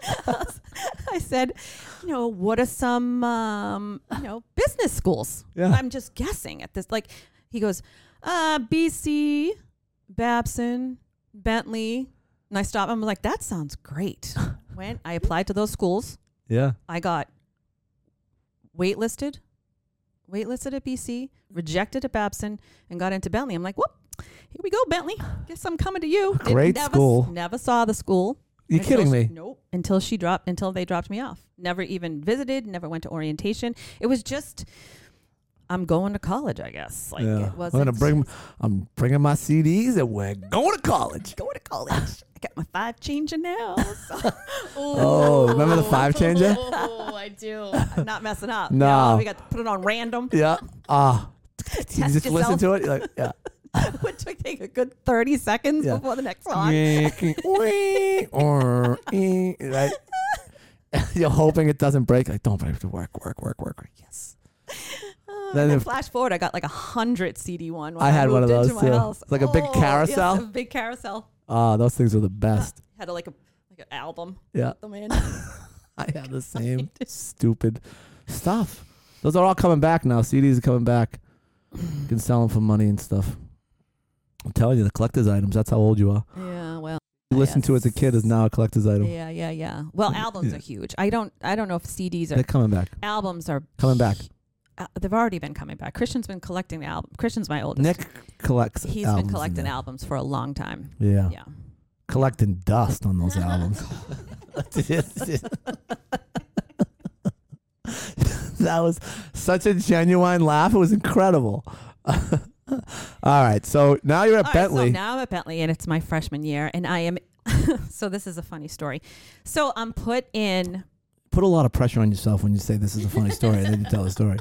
Speaker 3: I said, you know, what are some, um, you know, business schools?
Speaker 1: Yeah.
Speaker 3: I'm just guessing at this. Like, he goes, uh, BC, Babson, Bentley. And I stopped. I'm like, that sounds great. Went, I applied to those schools.
Speaker 1: Yeah.
Speaker 3: I got waitlisted, waitlisted at BC, rejected at Babson, and got into Bentley. I'm like, whoop, here we go, Bentley. Guess I'm coming to you. Didn't-
Speaker 1: Great
Speaker 3: never,
Speaker 1: school.
Speaker 3: Never saw the school.
Speaker 1: You
Speaker 3: Until
Speaker 1: kidding
Speaker 3: she-
Speaker 1: me?
Speaker 3: Nope. Until she dropped, until they dropped me off. Never even visited. Never went to orientation. It was just, I'm going to college. I guess. Like
Speaker 1: yeah.
Speaker 3: it was.
Speaker 1: I'm gonna bring. I'm bringing my CDs and we're going to college.
Speaker 3: Go to college. I got my five changer nails.
Speaker 1: Oh, remember the five changer?
Speaker 2: Oh, I do.
Speaker 3: I'm not messing up.
Speaker 1: No.
Speaker 3: we got to put it on random.
Speaker 1: Yeah. Ah. you
Speaker 3: Test
Speaker 1: just listen
Speaker 3: yourself.
Speaker 1: to it. You're like, yeah.
Speaker 3: Would take a good thirty seconds
Speaker 1: Yeah.
Speaker 3: before the next song.
Speaker 1: right? e, You're hoping it doesn't break. Like, don't break. Work, work, work, work. Yes.
Speaker 3: Uh,
Speaker 1: Then
Speaker 3: then
Speaker 1: if-
Speaker 3: flash forward, I got like a hundred CD one. When
Speaker 1: I
Speaker 3: I,
Speaker 1: had one
Speaker 3: moved
Speaker 1: of
Speaker 3: into
Speaker 1: those,
Speaker 3: my
Speaker 1: too.
Speaker 3: house.
Speaker 1: It's like a big
Speaker 3: Oh,
Speaker 1: carousel.
Speaker 3: Yes, a big carousel.
Speaker 1: Oh, those things are the best.
Speaker 3: Had a, like a like an album.
Speaker 1: Yeah.
Speaker 3: The man.
Speaker 1: I have the same stupid stuff. Those are all coming back now. CDs are coming back. You can sell them for money and stuff. I'm telling you, the collector's items. That's how old you are.
Speaker 3: yeah. Well.
Speaker 1: you listened to as a
Speaker 3: Yes.
Speaker 1: kid is now a collector's item.
Speaker 3: Yeah, yeah, yeah. Well, albums
Speaker 1: Yeah.
Speaker 3: are huge. I don't I don't know if CDs
Speaker 1: They're
Speaker 3: are
Speaker 1: coming back.
Speaker 3: albums are
Speaker 1: Coming back.
Speaker 3: uh, they've already been coming back. Christian's been collecting the album. Christian's my oldest.
Speaker 1: Nick collects.
Speaker 3: He's
Speaker 1: albums
Speaker 3: been
Speaker 1: and
Speaker 3: collecting
Speaker 1: that.
Speaker 3: albums for a long time.
Speaker 1: Yeah.
Speaker 3: Yeah.
Speaker 1: collecting dust on those albums. that was such a genuine laugh. It was incredible. All right, so now you're at
Speaker 3: All right,
Speaker 1: Bentley.
Speaker 3: so now I'm at Bentley, and it's my freshman year, and I am. so this is a funny story. So I'm put in.
Speaker 1: Put a lot of pressure on yourself when you say this is a funny story and then you tell a story.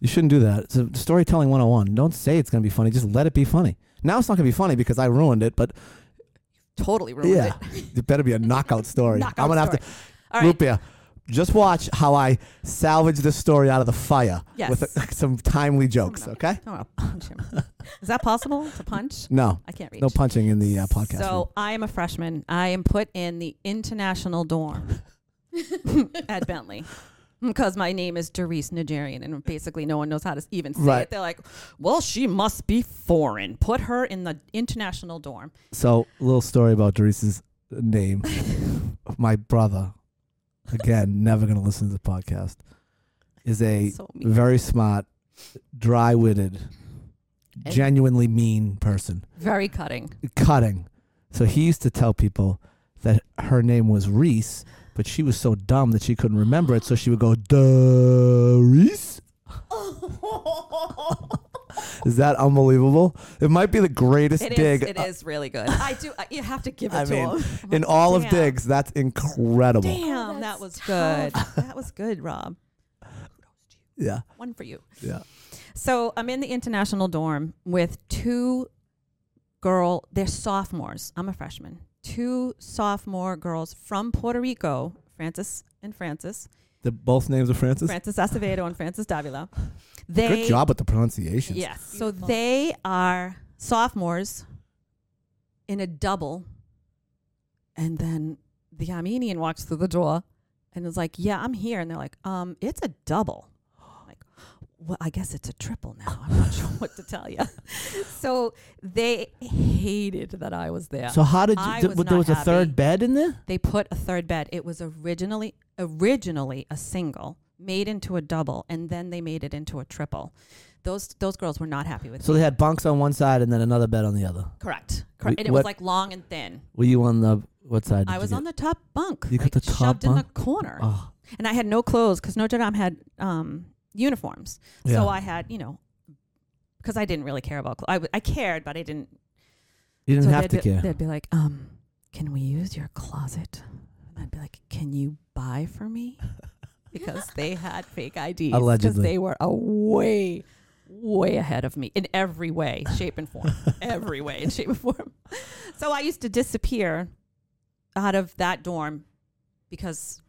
Speaker 1: You shouldn't do that. It's a storytelling 101. Don't say it's going to be funny. Just let it be funny. Now it's not going to be funny because I ruined it, but
Speaker 3: Totally ruined
Speaker 1: yeah,
Speaker 3: it.
Speaker 1: it better be a knockout story.
Speaker 3: Knockout
Speaker 1: I'm going to have
Speaker 3: story.
Speaker 1: to
Speaker 3: All right.
Speaker 1: Root beer. Just watch how I salvage this story out of the fire
Speaker 3: Yes.
Speaker 1: with some timely jokes,
Speaker 3: gonna-
Speaker 1: okay?
Speaker 3: Oh, I'll punch him. Is that possible to punch?
Speaker 1: No,
Speaker 3: I can't reach.
Speaker 1: no punching in the uh, podcast. room.
Speaker 3: So I am a freshman. I am put in the international dorm at Bentley because my name is Doris Nigerian, and basically no one knows how to even say
Speaker 1: Right.
Speaker 3: it. They're like, "Well, she must be foreign. Put her in the international dorm."
Speaker 1: So, a little story about Doris's name. My brother, again, never going to listen to the podcast, is a
Speaker 3: So mean.
Speaker 1: very smart, dry witted,
Speaker 3: And-
Speaker 1: genuinely mean person,
Speaker 3: Very cutting.
Speaker 1: cutting. So, he used to tell people that her name was Reese, but she was so dumb that she couldn't remember it. So, she would go, Doris? Is that unbelievable? It might be the greatest
Speaker 3: It is.
Speaker 1: dig
Speaker 3: It is really good. I do. I, you have to give it
Speaker 1: I
Speaker 3: to
Speaker 1: mean,
Speaker 3: him.
Speaker 1: in all of
Speaker 3: Damn.
Speaker 1: digs. That's incredible.
Speaker 3: Damn,
Speaker 2: Oh,
Speaker 3: that
Speaker 2: that's
Speaker 3: was good.
Speaker 2: tough.
Speaker 3: that was good, Rob.
Speaker 1: Yeah,
Speaker 3: One for you.
Speaker 1: yeah.
Speaker 3: So I'm in the international dorm with two girl. They're sophomores. I'm a freshman. Two sophomore girls from Puerto Rico, Francis and Francis,
Speaker 1: The both names of Francis.
Speaker 3: Francis Acevedo and Francis Davila. They
Speaker 1: Good job with the pronunciations.
Speaker 3: Yes. So
Speaker 2: Beautiful.
Speaker 3: they are sophomores in a double. And then the Armenian walks through the door and is like, Yeah, I'm here. And they're like, um, It's a double. I'm Like, well, I guess it's a triple now. I'm not sure what to tell you. so they hated that I was there.
Speaker 1: So how did you,
Speaker 3: I
Speaker 1: th-
Speaker 3: was
Speaker 1: but there was
Speaker 3: not
Speaker 1: a
Speaker 3: happy.
Speaker 1: third bed in there?
Speaker 3: they put a third bed. It was originally originally a single made into a double, and then they made it into a triple. Those those girls were not happy with
Speaker 1: So
Speaker 3: me.
Speaker 1: they had bunks on one side and then another bed on the other.
Speaker 3: Correct. Correct.
Speaker 1: Wait,
Speaker 3: and it
Speaker 1: what-
Speaker 3: was like long and thin.
Speaker 1: Were you on the what side?
Speaker 3: I was on the top bunk.
Speaker 1: You got
Speaker 3: like,
Speaker 1: the top
Speaker 3: shoved in the
Speaker 1: bunk?
Speaker 3: corner.
Speaker 1: Oh,
Speaker 3: And I had no clothes because Notre Dame had um, uniforms.
Speaker 1: Yeah.
Speaker 3: So I had, you know, because I didn't really care about clothes. I, w- I cared, but I didn't.
Speaker 1: you didn't
Speaker 3: so
Speaker 1: have to
Speaker 3: they'd be,
Speaker 1: care.
Speaker 3: They'd be like, um, can we use your closet? And I'd be like, can you buy for me? Because they had fake IDs. Because
Speaker 1: Allegedly.
Speaker 3: they were a way, way ahead of me in every way, shape, and form. every way, in shape, and form. So I used to disappear out of that dorm because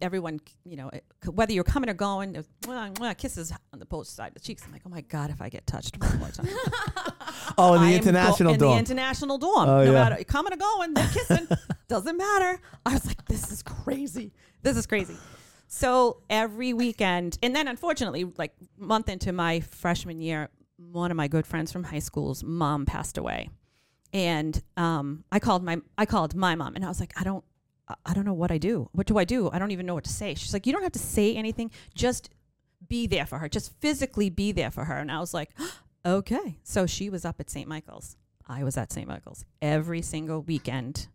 Speaker 3: everyone, you know, it- whether you're coming or going, there's mwah, mwah, kisses on the both side of the cheeks. I'm like, oh my God, if I get touched one more time.
Speaker 1: Oh, in the
Speaker 3: I am go-
Speaker 1: international
Speaker 3: in
Speaker 1: dorm.
Speaker 3: the international dorm.
Speaker 1: Oh,
Speaker 3: no
Speaker 1: yeah.
Speaker 3: matter coming or going, they're kissing. Doesn't matter. I was like, this is crazy. This is crazy. So every weekend, and then unfortunately, like month into my freshman year, one of my good friends from high school's mom passed away, and um, I called my I called my mom, and I was like, I don't. I- I don't know what I do. What do I do? I don't even know what to say. She's like, You don't have to say anything. Just be there for her. Just physically be there for her. And I was like, Okay. So she was up at St. Michael's. I was at St. Michael's every single weekend,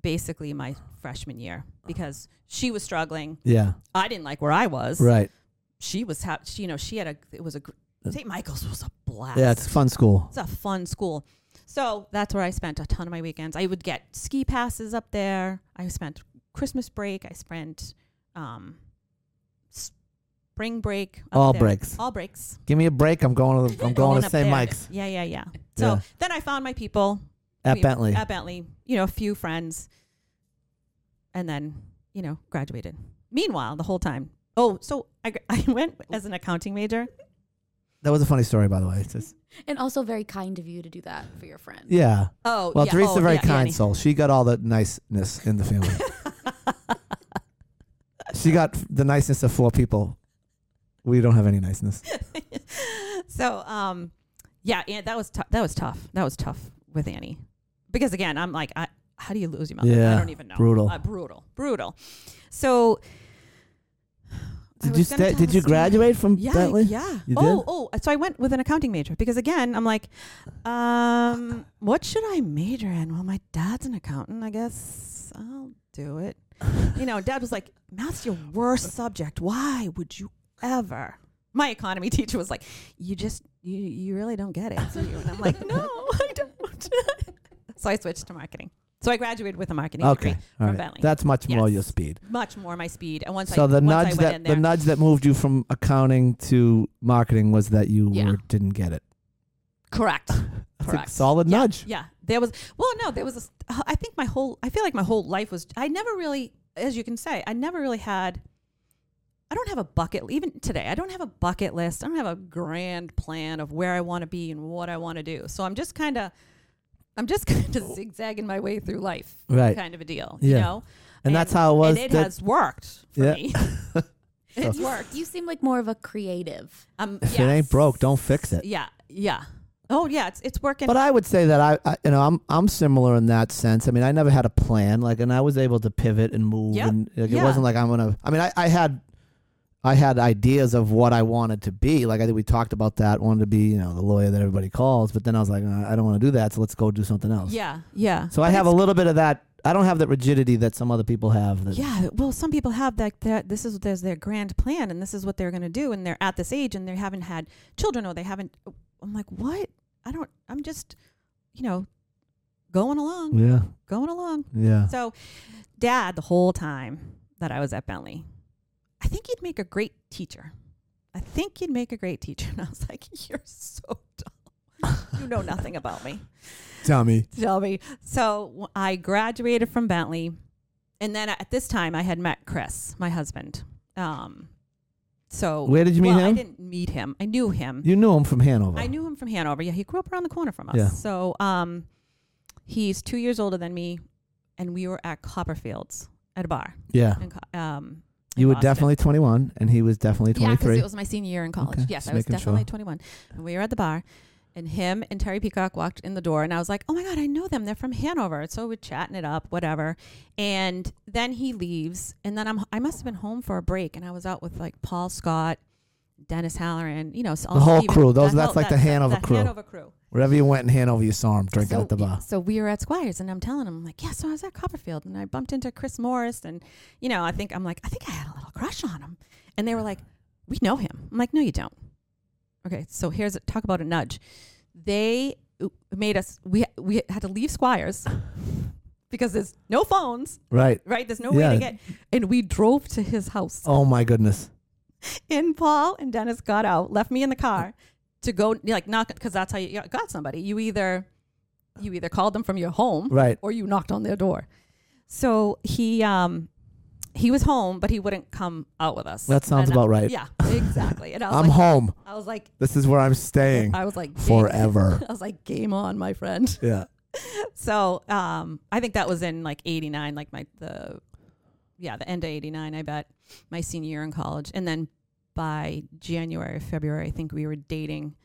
Speaker 3: basically my freshman year, because she was struggling.
Speaker 1: yeah,
Speaker 3: I didn't like where I was.
Speaker 1: right.
Speaker 3: She was, ha- she, you know, she had a, it was a, gr- St. Michael's was a blast.
Speaker 1: Yeah, it's fun school.
Speaker 3: It's a fun school. So that's where I spent a ton of my weekends. I would get ski passes up there. I spent Christmas break. I spent um, spring break. up
Speaker 1: All
Speaker 3: there.
Speaker 1: breaks.
Speaker 3: All breaks.
Speaker 1: Give me a break. I'm going to the, I'm going to
Speaker 3: up
Speaker 1: St.
Speaker 3: there.
Speaker 1: Mike's
Speaker 3: Yeah, yeah, yeah. So
Speaker 1: Yeah.
Speaker 3: then I found my people
Speaker 1: at
Speaker 3: we-
Speaker 1: Bentley.
Speaker 3: At Bentley, Oh, you know, a few friends, and then you know, graduated. Meanwhile, the whole time. Oh, so I, gr- I went as an accounting major.
Speaker 1: that was a funny story, by the way. It's just-
Speaker 2: And also very kind of you to do that for your friend.
Speaker 1: yeah.
Speaker 3: Oh,
Speaker 1: Well,
Speaker 3: yeah.
Speaker 1: Teresa's
Speaker 3: oh,
Speaker 1: a very
Speaker 3: yeah,
Speaker 1: kind
Speaker 3: yeah.
Speaker 1: soul. She got all the niceness in the family. she got f- the niceness of four people. We don't have any niceness.
Speaker 3: So, um, yeah, and that was tou- that was tough. That was tough with Annie because again, I'm like I. I how do you lose your mother?
Speaker 1: Yeah,
Speaker 3: I don't even know.
Speaker 1: brutal.
Speaker 3: Uh, brutal. Brutal. So I
Speaker 1: Did
Speaker 3: was
Speaker 1: you
Speaker 3: gonna
Speaker 1: stay,
Speaker 3: tell
Speaker 1: did
Speaker 3: the
Speaker 1: you
Speaker 3: story.
Speaker 1: graduate from
Speaker 3: Yeah,
Speaker 1: Bentley?
Speaker 3: yeah.
Speaker 1: You
Speaker 3: oh,
Speaker 1: did?
Speaker 3: oh. So I went with an accounting major because again, I'm like, um, what should I major in? Well, my dad's an accountant. I guess I'll do it. You know, dad was like, math's your
Speaker 1: Uh.
Speaker 3: worst subject. Why would you ever? My economy teacher was like, you just, you, you really don't get it. So you, and I'm like, no, I don't. so I switched to marketing. So I graduated with a marketing
Speaker 1: Okay.
Speaker 3: degree
Speaker 1: All
Speaker 3: from
Speaker 1: right.
Speaker 3: Bentley.
Speaker 1: That's much more
Speaker 3: Yes.
Speaker 1: your speed.
Speaker 3: Much more my speed. And once
Speaker 1: so
Speaker 3: I,
Speaker 1: the
Speaker 3: once I
Speaker 1: nudge
Speaker 3: went in
Speaker 1: that
Speaker 3: there,
Speaker 1: the nudge that moved you from accounting to marketing was that you
Speaker 3: Yeah.
Speaker 1: were, didn't get it.
Speaker 3: correct.
Speaker 1: That's
Speaker 3: Correct.
Speaker 1: a solid
Speaker 3: Yeah,
Speaker 1: nudge.
Speaker 3: Yeah, there was. Well, no, there was. A, uh, I think my whole. I feel like my whole life was. I never really, as you can say, I never really had. I don't have a bucket. Even today, I don't have a bucket list. I don't have a grand plan of where I want to be and what I want to do. So I'm just kind of, I'm just kind of zigzagging my way through life,
Speaker 1: Right.
Speaker 3: kind of a deal. You
Speaker 1: Yeah.
Speaker 3: know.
Speaker 1: And that's how it was
Speaker 3: And it
Speaker 1: that-
Speaker 3: has worked for
Speaker 1: Yeah.
Speaker 3: me.
Speaker 2: It's
Speaker 3: it's worked.
Speaker 2: You seem like more of a creative.
Speaker 3: Um,
Speaker 1: If it
Speaker 3: yes.
Speaker 1: ain't broke, don't fix it.
Speaker 3: Yeah. Yeah. Oh yeah, it's it's working.
Speaker 1: But I would say that I, I, you know, I'm I'm similar in that sense. I mean, I never had a plan, like, and I was able to pivot and move,
Speaker 3: Yeah.
Speaker 1: and like, it
Speaker 3: Yeah.
Speaker 1: wasn't like I'm gonna. I mean, I, I had, I had ideas of what I wanted to be. Like I think we talked about that, wanted to be, you know, the lawyer that everybody calls. But then I was like, uh, I don't want to do that, so let's go do something else.
Speaker 3: yeah. Yeah.
Speaker 1: uh, So I
Speaker 3: But
Speaker 1: have a
Speaker 3: it's-
Speaker 1: little bit of that. I don't have that rigidity that some other people have. That,
Speaker 3: Yeah, well, some people have that. that this is there's their grand plan, and this is what they're going to do, and they're at this age, and they haven't had children, or they haven't. I'm like, what? I don't. I'm just, you know, going along,
Speaker 1: Yeah.
Speaker 3: going along.
Speaker 1: Yeah.
Speaker 3: So, Dad, the whole time that I was at Bentley, I think you'd make a great teacher. I think you'd make a great teacher, and I was like, you're so dumb. You know nothing about me
Speaker 1: Tommy.
Speaker 3: tell me. So w- I graduated from Bentley, and then at this time I had met Chris, my husband. Um, so
Speaker 1: Where did you meet
Speaker 3: well, I
Speaker 1: him?
Speaker 3: didn't meet him. I knew him.
Speaker 1: You knew him from Hanover.
Speaker 3: I knew him from Hanover. Yeah, he grew up around the corner from us.
Speaker 1: Yeah.
Speaker 3: So um, he's two years older than me, and we were at Copperfields at a bar.
Speaker 1: Yeah.
Speaker 3: In, Co- um, in
Speaker 1: You were
Speaker 3: Boston.
Speaker 1: definitely 21, and he was definitely
Speaker 3: Yeah, because
Speaker 1: 23.
Speaker 3: it was my senior year in college.
Speaker 1: Okay,
Speaker 3: Yes,
Speaker 1: just
Speaker 3: I was
Speaker 1: making
Speaker 3: definitely
Speaker 1: sure.
Speaker 3: 21. And we were at the bar, and him and Terry Peacock walked in the door, and I was like, oh my God, I know them. They're from Hanover. So we're chatting it up, whatever. And then he leaves, and then I'm, I must have been home for a break, and I was out with like Paul Scott, Dennis Halloran, you know, so all
Speaker 1: whole
Speaker 3: Steven-
Speaker 1: crew. Those-
Speaker 3: the
Speaker 1: that's
Speaker 3: whole-
Speaker 1: like the
Speaker 3: that-
Speaker 1: Hanover
Speaker 3: that
Speaker 1: crew.
Speaker 3: Hanover crew.
Speaker 1: Wherever you went in Hanover, you saw him drinking
Speaker 3: So-
Speaker 1: at the bar.
Speaker 3: So we were at Squires, and I'm telling him like, yeah. So I was at Copperfield, and I bumped into Chris Morris, and you know, I think I'm like, I think I had a little crush on him, and they were like,
Speaker 1: Uh-huh.
Speaker 3: we know him. I'm like, no, you don't. Okay, so here's a, talk about a nudge. They uh, made us. We we had to leave Squires because there's no phones,
Speaker 1: Right.
Speaker 3: right? There's no way
Speaker 1: Yeah.
Speaker 3: to get, and we drove to his house.
Speaker 1: Oh my goodness.
Speaker 3: And Paul and Dennis got out, left me in the car to go like knock because that's how you got somebody. You either you either called them from your home
Speaker 1: Right.
Speaker 3: or you knocked on their door. So he um he was home, but he wouldn't come out with us.
Speaker 1: That sounds
Speaker 3: And I-
Speaker 1: about right.
Speaker 3: Yeah, exactly. And I was
Speaker 1: I'm
Speaker 3: like,
Speaker 1: home.
Speaker 3: I was like,
Speaker 1: This is where I'm staying
Speaker 3: I was like, game-
Speaker 1: forever.
Speaker 3: I was like, game on, my friend.
Speaker 1: yeah.
Speaker 3: So um, I think that was in like '89, like my the yeah the end of '89. I bet my senior year in college, and then by January, February, I think we were dating.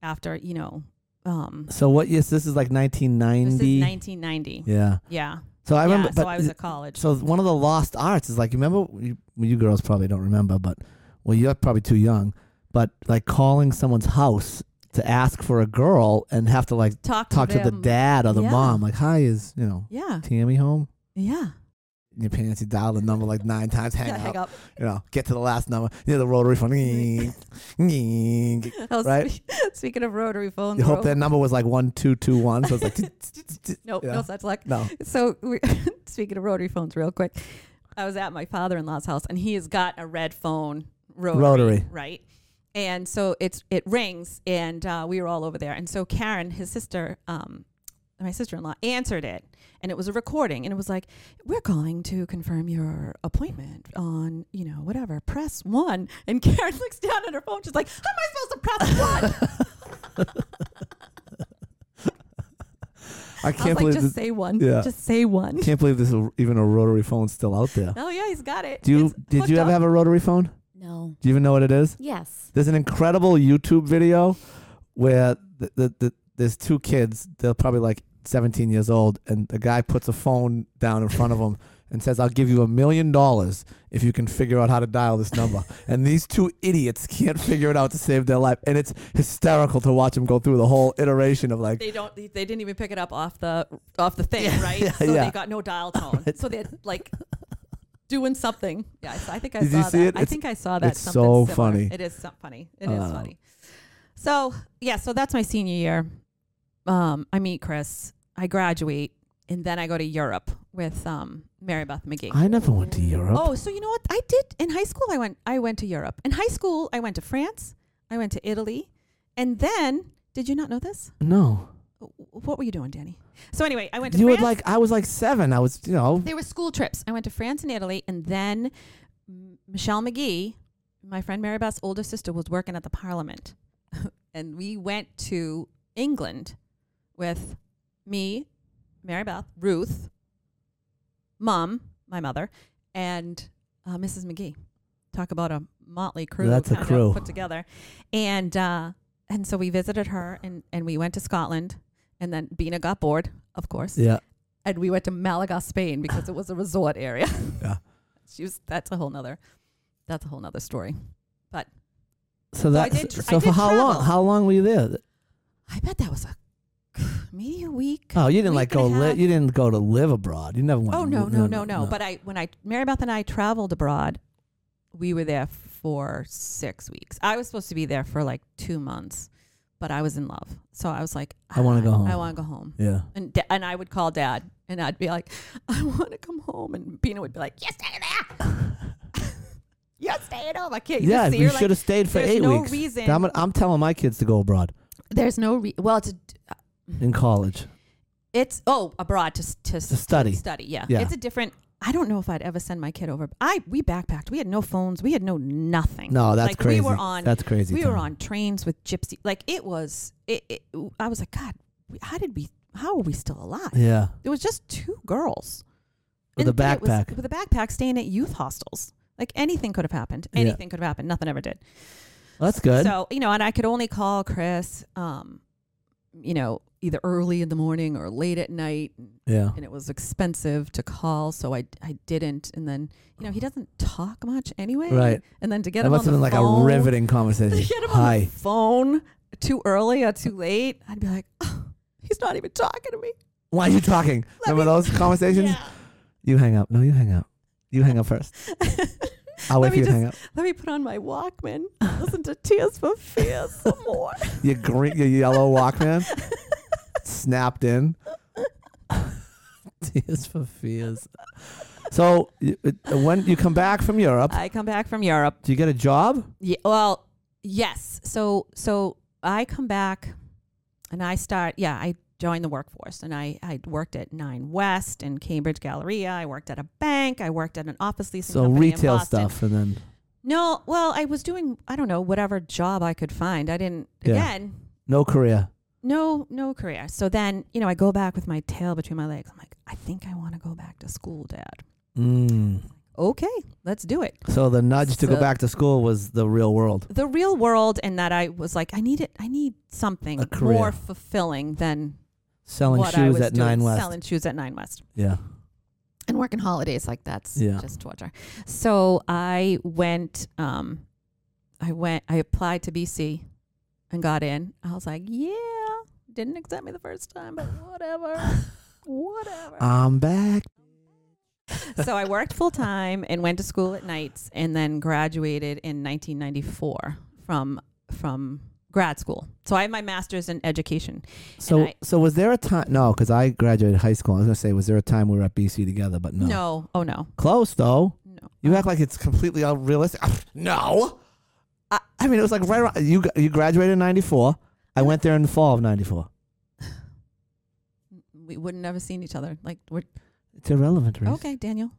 Speaker 3: After you know, um,
Speaker 1: So what? Yes, this is like
Speaker 3: this is
Speaker 1: 1990.
Speaker 3: 1990.
Speaker 1: yeah.
Speaker 3: Yeah,
Speaker 1: So I remember.
Speaker 3: yeah.
Speaker 1: but
Speaker 3: So I was at college.
Speaker 1: so one of the lost arts is like you remember you, well, you girls probably don't remember, but well you're probably too young, but like calling someone's house to ask for a girl and have to like
Speaker 3: Talk
Speaker 1: talk to the
Speaker 3: them.
Speaker 1: dad or the
Speaker 3: Yeah.
Speaker 1: mom like hi is you know
Speaker 3: Yeah,
Speaker 1: Tammy home.
Speaker 3: yeah.
Speaker 1: In your pants, you dial the number like nine times, hang,
Speaker 3: Yeah,
Speaker 1: up,
Speaker 3: hang up.
Speaker 1: You know, get to the last number. You know, the rotary phone. you
Speaker 3: I was
Speaker 1: Right?
Speaker 3: spe- speaking of rotary phones.
Speaker 1: hope
Speaker 3: ro-
Speaker 1: that number was like one two two one. So it's like tsk, tsk, tsk.
Speaker 3: Nope,
Speaker 1: yeah.
Speaker 3: no such luck.
Speaker 1: no.
Speaker 3: So, we, speaking of rotary phones, real quick, I was at my father in law's house and he has got a red phone rotary,
Speaker 1: Rotary.
Speaker 3: right? And so it's it rings, and uh, we were all over there. And so Karen, his sister, um, my sister in law, answered it, and it was a recording, and it was like, "We're calling to confirm your appointment on you know whatever. Press one." And Karen looks down at her phone. She's like, "How am I supposed to press one?"
Speaker 1: I
Speaker 3: I was
Speaker 1: can't
Speaker 3: like,
Speaker 1: believe
Speaker 3: "Just
Speaker 1: this,
Speaker 3: say one.
Speaker 1: yeah.
Speaker 3: Just say one."
Speaker 1: can't believe this is even a rotary phone's still out there.
Speaker 3: Oh yeah, he's got it.
Speaker 1: Do you
Speaker 3: It's
Speaker 1: did you
Speaker 3: hooked
Speaker 1: ever
Speaker 3: up.
Speaker 1: have a rotary phone?
Speaker 2: No.
Speaker 1: Do you even know what it is?
Speaker 2: Yes.
Speaker 1: There's an incredible YouTube video where the, the, the, there's two kids. They're probably like 17 years old, and the guy puts a phone down in front of him and says, I'll give you a million dollars if you can figure out how to dial this number. and these two idiots can't figure it out to save their life. And it's hysterical to watch them go through the whole iteration of like,
Speaker 3: They don't. They didn't even pick it up off the off the thing, right?
Speaker 1: yeah,
Speaker 3: so
Speaker 1: yeah.
Speaker 3: they got no dial tone. so they're like doing something. Yeah, I, I think I
Speaker 1: Did
Speaker 3: saw
Speaker 1: you
Speaker 3: that.
Speaker 1: see it?
Speaker 3: I
Speaker 1: It's-
Speaker 3: think I saw that.
Speaker 1: it's
Speaker 3: something
Speaker 1: so
Speaker 3: similar.
Speaker 1: funny.
Speaker 3: It is so funny. It is
Speaker 1: Um,
Speaker 3: funny. So yeah, so that's my senior year. Um, I meet Chris. I graduate, and then I go to Europe with um, Mary Beth McGee.
Speaker 1: I never went to Europe.
Speaker 3: Oh, so you know what I did in high school? I went. I went to Europe. In high school, I went to France. I went to Italy, and then did you not know this?
Speaker 1: No.
Speaker 3: W- What were you doing, Danny? So anyway, I went to
Speaker 1: You
Speaker 3: France.
Speaker 1: would like, I was like seven. I was, you know,
Speaker 3: They were school trips. I went to France and Italy, and then M- Michelle McGee, my friend Mary Beth's older sister, was working at the Parliament, and we went to England with me, Mary Beth, Ruth, Mom, my mother, and uh, Mrs. McGee. Talk about a motley crew.
Speaker 1: That's a
Speaker 3: kinda
Speaker 1: crew.
Speaker 3: put together, and uh, and so we visited her, and and we went to Scotland, and then Bina got bored, of course
Speaker 1: yeah.
Speaker 3: and we went to Malaga, Spain, because it was a resort area.
Speaker 1: Yeah.
Speaker 3: she was. That's a whole nother. That's a whole nother story.
Speaker 1: So
Speaker 3: I
Speaker 1: that.
Speaker 3: did tr- I
Speaker 1: so for
Speaker 3: did
Speaker 1: how long?
Speaker 3: travel.
Speaker 1: How long were you there?
Speaker 3: I bet that was a maybe a week.
Speaker 1: Oh, you didn't like
Speaker 3: week and
Speaker 1: go.
Speaker 3: a
Speaker 1: Li-
Speaker 3: half.
Speaker 1: you didn't go to live abroad. You never went.
Speaker 3: Oh no, no, no, no. But I when I Mary Beth and I traveled abroad, we were there for six weeks. I was supposed to be there for like two months, but I was in love, so I was like,
Speaker 1: I wanna go
Speaker 3: I
Speaker 1: home."
Speaker 3: want to go home.
Speaker 1: yeah,
Speaker 3: And da- and I would call dad, and I'd be like, I want to come home, and Bina would be like, You're staying there. You're staying home. I can't. You
Speaker 1: yeah.
Speaker 3: just see her
Speaker 1: You
Speaker 3: like,
Speaker 1: should have stayed for
Speaker 3: there's
Speaker 1: eight
Speaker 3: no
Speaker 1: weeks.
Speaker 3: reason-
Speaker 1: I'm, I'm telling my kids to go abroad
Speaker 3: There's no re- well, it's a,
Speaker 1: in college.
Speaker 3: it's oh abroad to s- to, s-
Speaker 1: To study.
Speaker 3: study. Yeah.
Speaker 1: Yeah.
Speaker 3: it's a different. I don't know if I'd ever send my kid over. I we backpacked. We had no phones. We had no nothing.
Speaker 1: No, that's
Speaker 3: like,
Speaker 1: crazy.
Speaker 3: We were on
Speaker 1: That's crazy.
Speaker 3: we were
Speaker 1: Tom.
Speaker 3: on trains with gypsy. Like it was. It, it I was like God. How did we? How are we still alive?
Speaker 1: Yeah,
Speaker 3: It was just two girls
Speaker 1: with a
Speaker 3: And- but it was-
Speaker 1: backpack.
Speaker 3: with a backpack, staying at youth hostels. Like anything could have happened.
Speaker 1: Yeah.
Speaker 3: Anything could have happened. Nothing ever did.
Speaker 1: that's good.
Speaker 3: So, you know, and I could only call Chris, um, you know, either early in the morning or late at night.
Speaker 1: yeah,
Speaker 3: And it was expensive to call. So I, I didn't. And then, you know, he doesn't talk much anyway.
Speaker 1: Right.
Speaker 3: And then to get
Speaker 1: that
Speaker 3: him
Speaker 1: must
Speaker 3: on
Speaker 1: have
Speaker 3: the
Speaker 1: been like
Speaker 3: phone,
Speaker 1: a riveting
Speaker 3: To
Speaker 1: conversation.
Speaker 3: get him on the
Speaker 1: Hi.
Speaker 3: phone too early or too late, I'd be like, "Oh, he's not even talking to me.
Speaker 1: Why are you talking?
Speaker 3: Let
Speaker 1: Remember
Speaker 3: me-
Speaker 1: those conversations? You hang up. No, you hang up. You hang up first. I'll wait for
Speaker 3: Let me
Speaker 1: you to
Speaker 3: just
Speaker 1: hang up.
Speaker 3: let me put on my Walkman, listen to Tears for Fears some more.
Speaker 1: Your green, your yellow Walkman snapped in. Tears for fears. So y- it- when you come back from Europe,
Speaker 3: I come back from Europe.
Speaker 1: do you get a job?
Speaker 3: Yeah, well, yes. So so I come back and I start yeah, I joined the workforce and I, I worked at Nine West and Cambridge Galleria. I worked at a bank. I worked at an office leasing
Speaker 1: So
Speaker 3: company in
Speaker 1: retail
Speaker 3: Boston.
Speaker 1: stuff, and then
Speaker 3: No, well, I was doing I don't know, whatever job I could find. I didn't
Speaker 1: Yeah.
Speaker 3: again,
Speaker 1: no career.
Speaker 3: no no career. So then, you know, I go back with my tail between my legs. I'm like, I think I want to go back to school, Dad.
Speaker 1: Mm.
Speaker 3: Okay, let's do it.
Speaker 1: So the nudge to go
Speaker 3: So-
Speaker 1: back to school was the real world.
Speaker 3: the real world and that I was like, I need it. I need something
Speaker 1: A career.
Speaker 3: more fulfilling than
Speaker 1: Selling
Speaker 3: what I
Speaker 1: shoes
Speaker 3: was
Speaker 1: at
Speaker 3: doing,
Speaker 1: Nine West.
Speaker 3: selling shoes at Nine West,
Speaker 1: Yeah.
Speaker 3: and working holidays like that's
Speaker 1: Yeah.
Speaker 3: just torture. So I went, um, I went, I applied to BC and got in. I was like, yeah, didn't accept me the first time, but whatever, whatever.
Speaker 1: I'm back.
Speaker 3: so I worked full time and went to school at nights, and then graduated in 1994 from from grad school. So I have my master's in education.
Speaker 1: So
Speaker 3: I-
Speaker 1: so was there a time? No, because I graduated high school. I was gonna say, was there a time we were at BC together? But no.
Speaker 3: No, oh no,
Speaker 1: Close though.
Speaker 3: no.
Speaker 1: You act like it's completely unrealistic. no. I,
Speaker 3: I-
Speaker 1: I mean, it was like right around. You, gra- you graduated in 94. I went there in the fall of 94.
Speaker 3: We wouldn't have seen each other. Like we're
Speaker 1: It's irrelevant, Reese.
Speaker 3: okay, Daniel.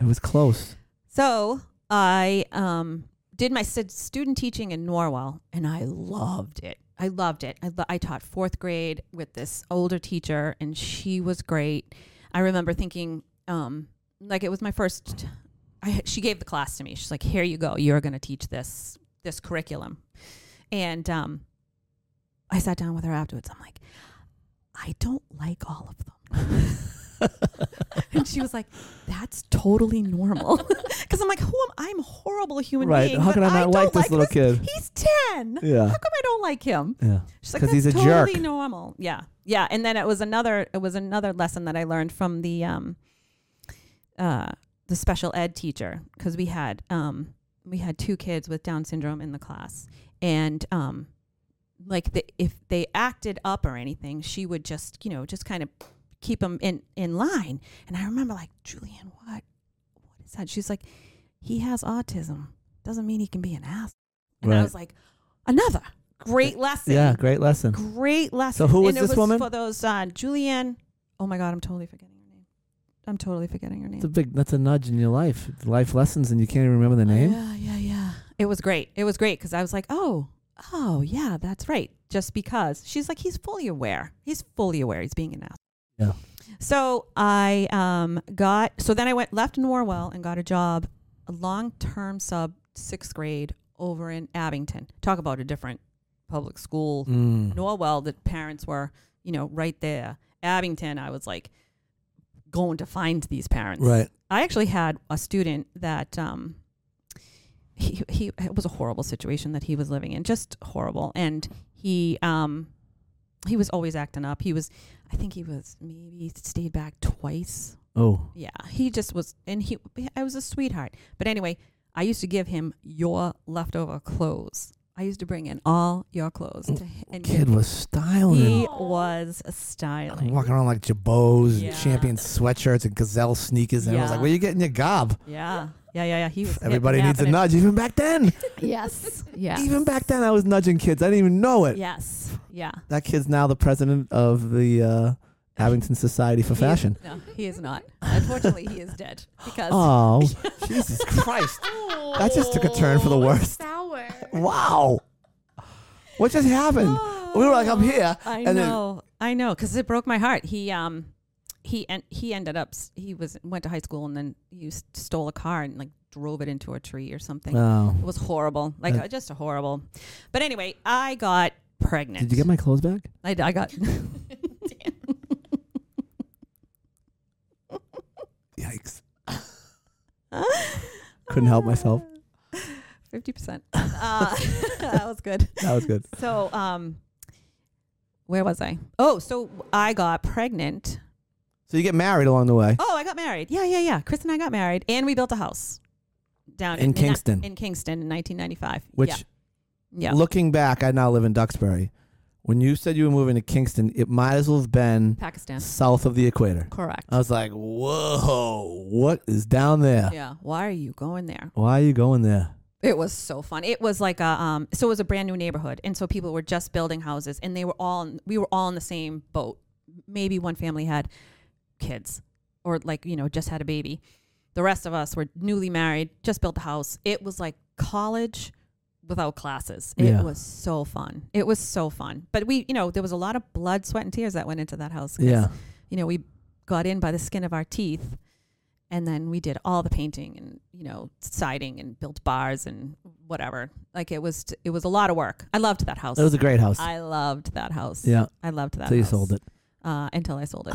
Speaker 1: It was close.
Speaker 3: So I um, did my stud- student teaching in Norwell, and I loved it. I loved it. I, lo- I taught fourth grade with this older teacher, and she was great. I remember thinking, um, like it was my first. I, she gave the class to me. She's like, "Here you go. You're going to teach this this curriculum." And um, I sat down with her afterwards. I'm like, I don't like all of them. and she was like, that's totally normal. Because I'm like, who am I'm a horrible human
Speaker 1: Right.
Speaker 3: being.
Speaker 1: How
Speaker 3: but
Speaker 1: can I not
Speaker 3: don't
Speaker 1: like this little kid?
Speaker 3: He's 10.
Speaker 1: Yeah.
Speaker 3: How come I don't like him?
Speaker 1: Yeah.
Speaker 3: She's like,
Speaker 1: 'Cause
Speaker 3: that's
Speaker 1: he's a
Speaker 3: totally
Speaker 1: jerk."
Speaker 3: normal. Yeah. Yeah. And then it was another it was another lesson that I learned from the um uh the special ed teacher because we had um we had two kids with Down syndrome in the class. And um like the, if they acted up or anything, she would just, you know, just kind of keep them in in line. And I remember like, Julianne, what what is that? She's like, he has autism. Doesn't mean he can be an ass. And
Speaker 1: Right.
Speaker 3: I was like, another great lesson.
Speaker 1: Yeah. Great lesson.
Speaker 3: Great lesson.
Speaker 1: who was
Speaker 3: and it
Speaker 1: this woman?
Speaker 3: For those uh, Julianne. Oh my God, I'm totally forgetting her name. I'm totally forgetting her name.
Speaker 1: That's a big. That's a nudge in your life. Life lessons, and you can't even remember the name.
Speaker 3: Yeah, yeah, yeah. It was great. It was great because I was like, oh, oh yeah, that's right. Just because she's like, he's fully aware. He's fully aware. He's being an ass.
Speaker 1: Yeah.
Speaker 3: So I um got so then I went left in Norwell and got a job, a long term sub sixth grade over in Abington. Talk about a different public school
Speaker 1: Mm.
Speaker 3: Norwell, the parents were, you know, right there. Abington, I was like going to find these parents.
Speaker 1: Right.
Speaker 3: I actually had a student that um he he it was a horrible situation that he was living in, just horrible. And he um he was always acting up. He was I think he was maybe stayed back twice
Speaker 1: Oh.
Speaker 3: yeah, he just was, and he, I was a sweetheart. But anyway, I used to give him your leftover clothes. I used to bring in all your clothes to him. And
Speaker 1: Kid was styling.
Speaker 3: he was styling.
Speaker 1: Walking around like Jabos
Speaker 3: Yeah.
Speaker 1: and champion sweatshirts and gazelle sneakers, and I was
Speaker 3: Yeah.
Speaker 1: like, "Where you getting your gob?
Speaker 3: Yeah, yeah, yeah, yeah. He was.
Speaker 1: Everybody needs a
Speaker 3: happening.
Speaker 1: nudge." Even back then,
Speaker 2: Yes.
Speaker 3: Yeah.
Speaker 1: even back then, I was nudging kids. I didn't even know it.
Speaker 3: Yes. Yeah.
Speaker 1: That kid's now the president of the uh, Abington Society for
Speaker 3: He is-
Speaker 1: Fashion.
Speaker 3: no, he is not. Unfortunately, he is dead because
Speaker 1: Oh, Jesus Christ! That just took a turn for the worst.
Speaker 2: Oh. Sour.
Speaker 1: Wow, what just happened? We were like, "I'm here,"
Speaker 3: I
Speaker 1: and then
Speaker 3: know, I know, because it broke my heart. He um, he and he ended up s- he was went to high school and then he s- stole a car and like drove it into a tree or something.
Speaker 1: oh.
Speaker 3: It was horrible, like
Speaker 1: Uh,
Speaker 3: uh, just horrible. But anyway, I got pregnant.
Speaker 1: Did you get my clothes back?
Speaker 3: I, I got.
Speaker 1: Yikes! Couldn't help myself.
Speaker 3: Fifty percent. Uh, that was good.
Speaker 1: That was good.
Speaker 3: So, um, where was I? Oh, so I got pregnant.
Speaker 1: So you get married along the way
Speaker 3: Oh, I got married. Yeah, yeah, yeah. Chris and I got married, and we built a house down
Speaker 1: in Kingston,
Speaker 3: In Kingston in 1995.
Speaker 1: which
Speaker 3: yeah, yeah.
Speaker 1: Looking back, I now live in Duxbury. When you said you were moving to Kingston, it might as well have been
Speaker 3: Pakistan.
Speaker 1: south of the equator.
Speaker 3: Correct.
Speaker 1: I was like, whoa, what is down there?
Speaker 3: yeah. Why are you going there?
Speaker 1: Why are you going there?
Speaker 3: It was so fun. It was like a um so it was a brand new neighborhood and so people were just building houses and they were all we were all in the same boat. Maybe one family had kids or like, you know, just had a baby. The rest of us were newly married, just built a house. It was like college without classes. It
Speaker 1: Yeah.
Speaker 3: was so fun. It was so fun. But we, you know, there was a lot of blood, sweat and tears that went into that house. 'cause,
Speaker 1: Yeah.
Speaker 3: You know, we got in by the skin of our teeth and then we did all the painting and you know siding and built bars and whatever like it was it was a lot of work i loved that house
Speaker 1: It was a great house.
Speaker 3: i loved that house
Speaker 1: yeah.
Speaker 3: i loved that
Speaker 1: So you
Speaker 3: house.
Speaker 1: sold it.
Speaker 3: uh, until i sold it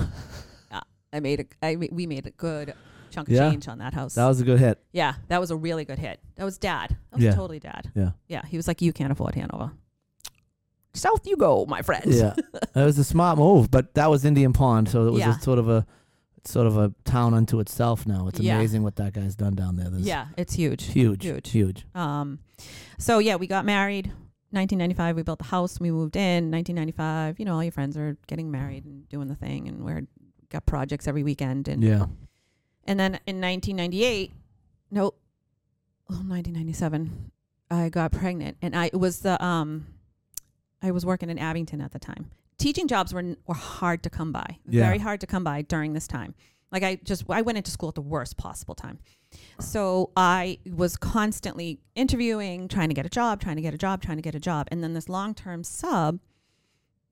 Speaker 3: uh, i made a I, we made a good chunk of
Speaker 1: Yeah.
Speaker 3: change on that house
Speaker 1: That was a good hit.
Speaker 3: yeah that was a really good hit that was dad that was
Speaker 1: Yeah.
Speaker 3: totally dad
Speaker 1: Yeah.
Speaker 3: yeah he was like you can't afford hanover south you go my friend
Speaker 1: Yeah. it was a smart move, but that was Indian Pond, so it was
Speaker 3: Yeah.
Speaker 1: a sort of a sort of a town unto itself now. It's
Speaker 3: Yeah.
Speaker 1: amazing what that guy's done down there. This
Speaker 3: yeah it's huge
Speaker 1: Huge.
Speaker 3: Huge.
Speaker 1: Huge.
Speaker 3: Um, so yeah, we got married. 1995, we built the house. We moved in. 1995, you know, all your friends are getting married and doing the thing, and we're got projects every weekend. And
Speaker 1: Yeah.
Speaker 3: and then in 1998, nope, oh, 1997, I got pregnant, and I it was the um, I was working in Abington at the time. Teaching jobs were were hard to come by,
Speaker 1: Yeah.
Speaker 3: very hard to come by during this time. Like I just I went into school at the worst possible time, so I was constantly interviewing, trying to get a job, trying to get a job, trying to get a job, and then this long term sub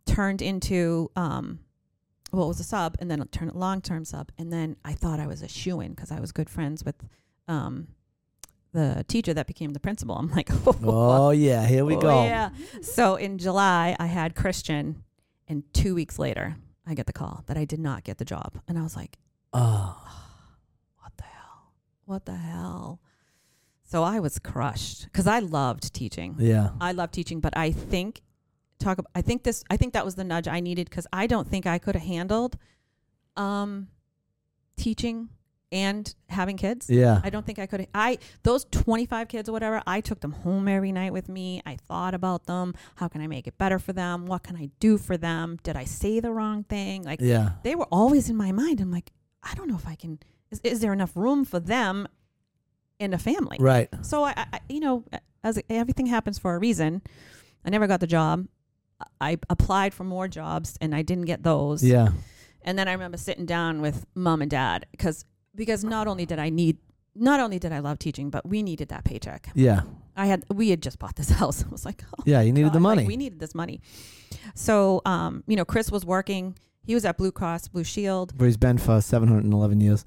Speaker 3: turned into um, well, it was a sub and then a turn long term sub. And then I thought I was a shoe in because I was good friends with um, the teacher that became the principal. I'm like, oh,
Speaker 1: Oh yeah, here we
Speaker 3: oh,
Speaker 1: go.
Speaker 3: Yeah. So in July, I had Christian, and two weeks later, I get the call that I did not get the job. And I was like,
Speaker 1: Oh,
Speaker 3: what the hell? What the hell? So I was crushed because I loved teaching.
Speaker 1: yeah.
Speaker 3: I love teaching, but I think talk. ab- I think this. I think that was the nudge I needed because I don't think I could have handled um, teaching and having kids.
Speaker 1: Yeah.
Speaker 3: I don't think I could. I those twenty five kids or whatever. I took them home every night with me. I thought about them. How can I make it better for them? What can I do for them? Did I say the wrong thing? Like
Speaker 1: yeah.
Speaker 3: they were always in my mind. I'm like, I don't know if I can. Is, is there enough room for them in a family?
Speaker 1: Right.
Speaker 3: So I, I- I you know, as everything happens for a reason, I never got the job. I applied for more jobs and I didn't get those.
Speaker 1: Yeah.
Speaker 3: And then I remember sitting down with mom and dad because because not only did I need not only did I love teaching, but we needed that paycheck.
Speaker 1: Yeah.
Speaker 3: I had we had just bought this house. I was like, oh,
Speaker 1: Yeah. You needed the
Speaker 3: God, like,
Speaker 1: money.
Speaker 3: we needed this money. So um, you know, Chris was working. He was at Blue Cross Blue Shield.
Speaker 1: Where he's been for 711 years.